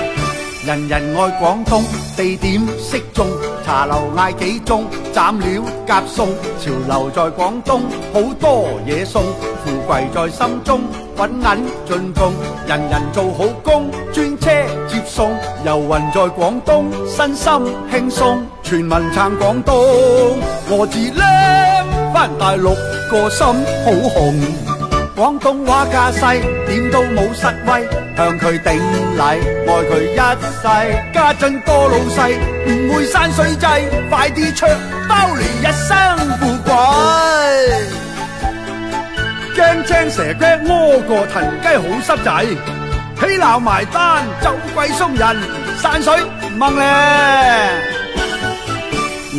Speaker 7: 人人愛廣東，地點適中，茶樓嗌幾盅，斬料夾餸，潮流在廣東，好多嘢送，富貴在心中，揾銀進貢，人人做好工，專車接送，遊魂在廣東，身心輕鬆，全民撐廣東，我自叻，翻大陸。個心好紅。廣東話架勢點都冇失威，向佢頂禮，愛佢一世。家陣多老細，唔會山水掣，快啲出包你一生富貴。驚青蛇腳屙過騰雞好濕仔，起鬧埋單走鬼鬆人，散水唔掹咧。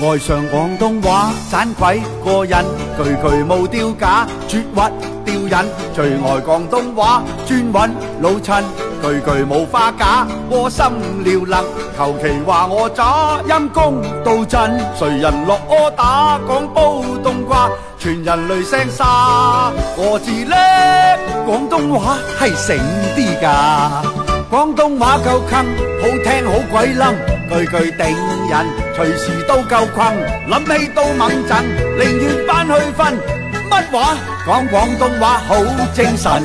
Speaker 7: 愛上廣東話，盞鬼過癮，句句冇丟架，絕核吊癮。最愛廣東話，專揾老襯，句句冇花假，窩心撩楞。求其話我渣，陰公到震，誰人落柯打，講煲冬瓜，全人類聲沙。我自叻，廣東話係醒啲㗎。廣東話夠坑，好聽好鬼冧，句句頂人，隨時都夠困，諗起都猛震，寧願翻去瞓。乜話？講廣東話好精神。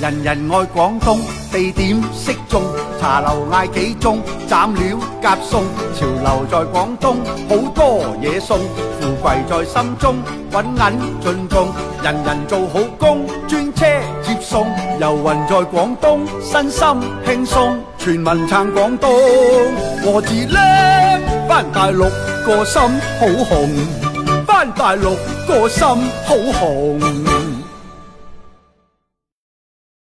Speaker 7: 人人愛廣東，地點適中，茶樓嗌幾盅，斬料夾餸，潮流在廣東，好多嘢餸，富貴在心中，揾銀盡眾，人人做好工，專車接送，遊魂在廣東，身心輕鬆，全民撐廣東，我自叻，翻大陸個心好紅，翻大陸個心好紅。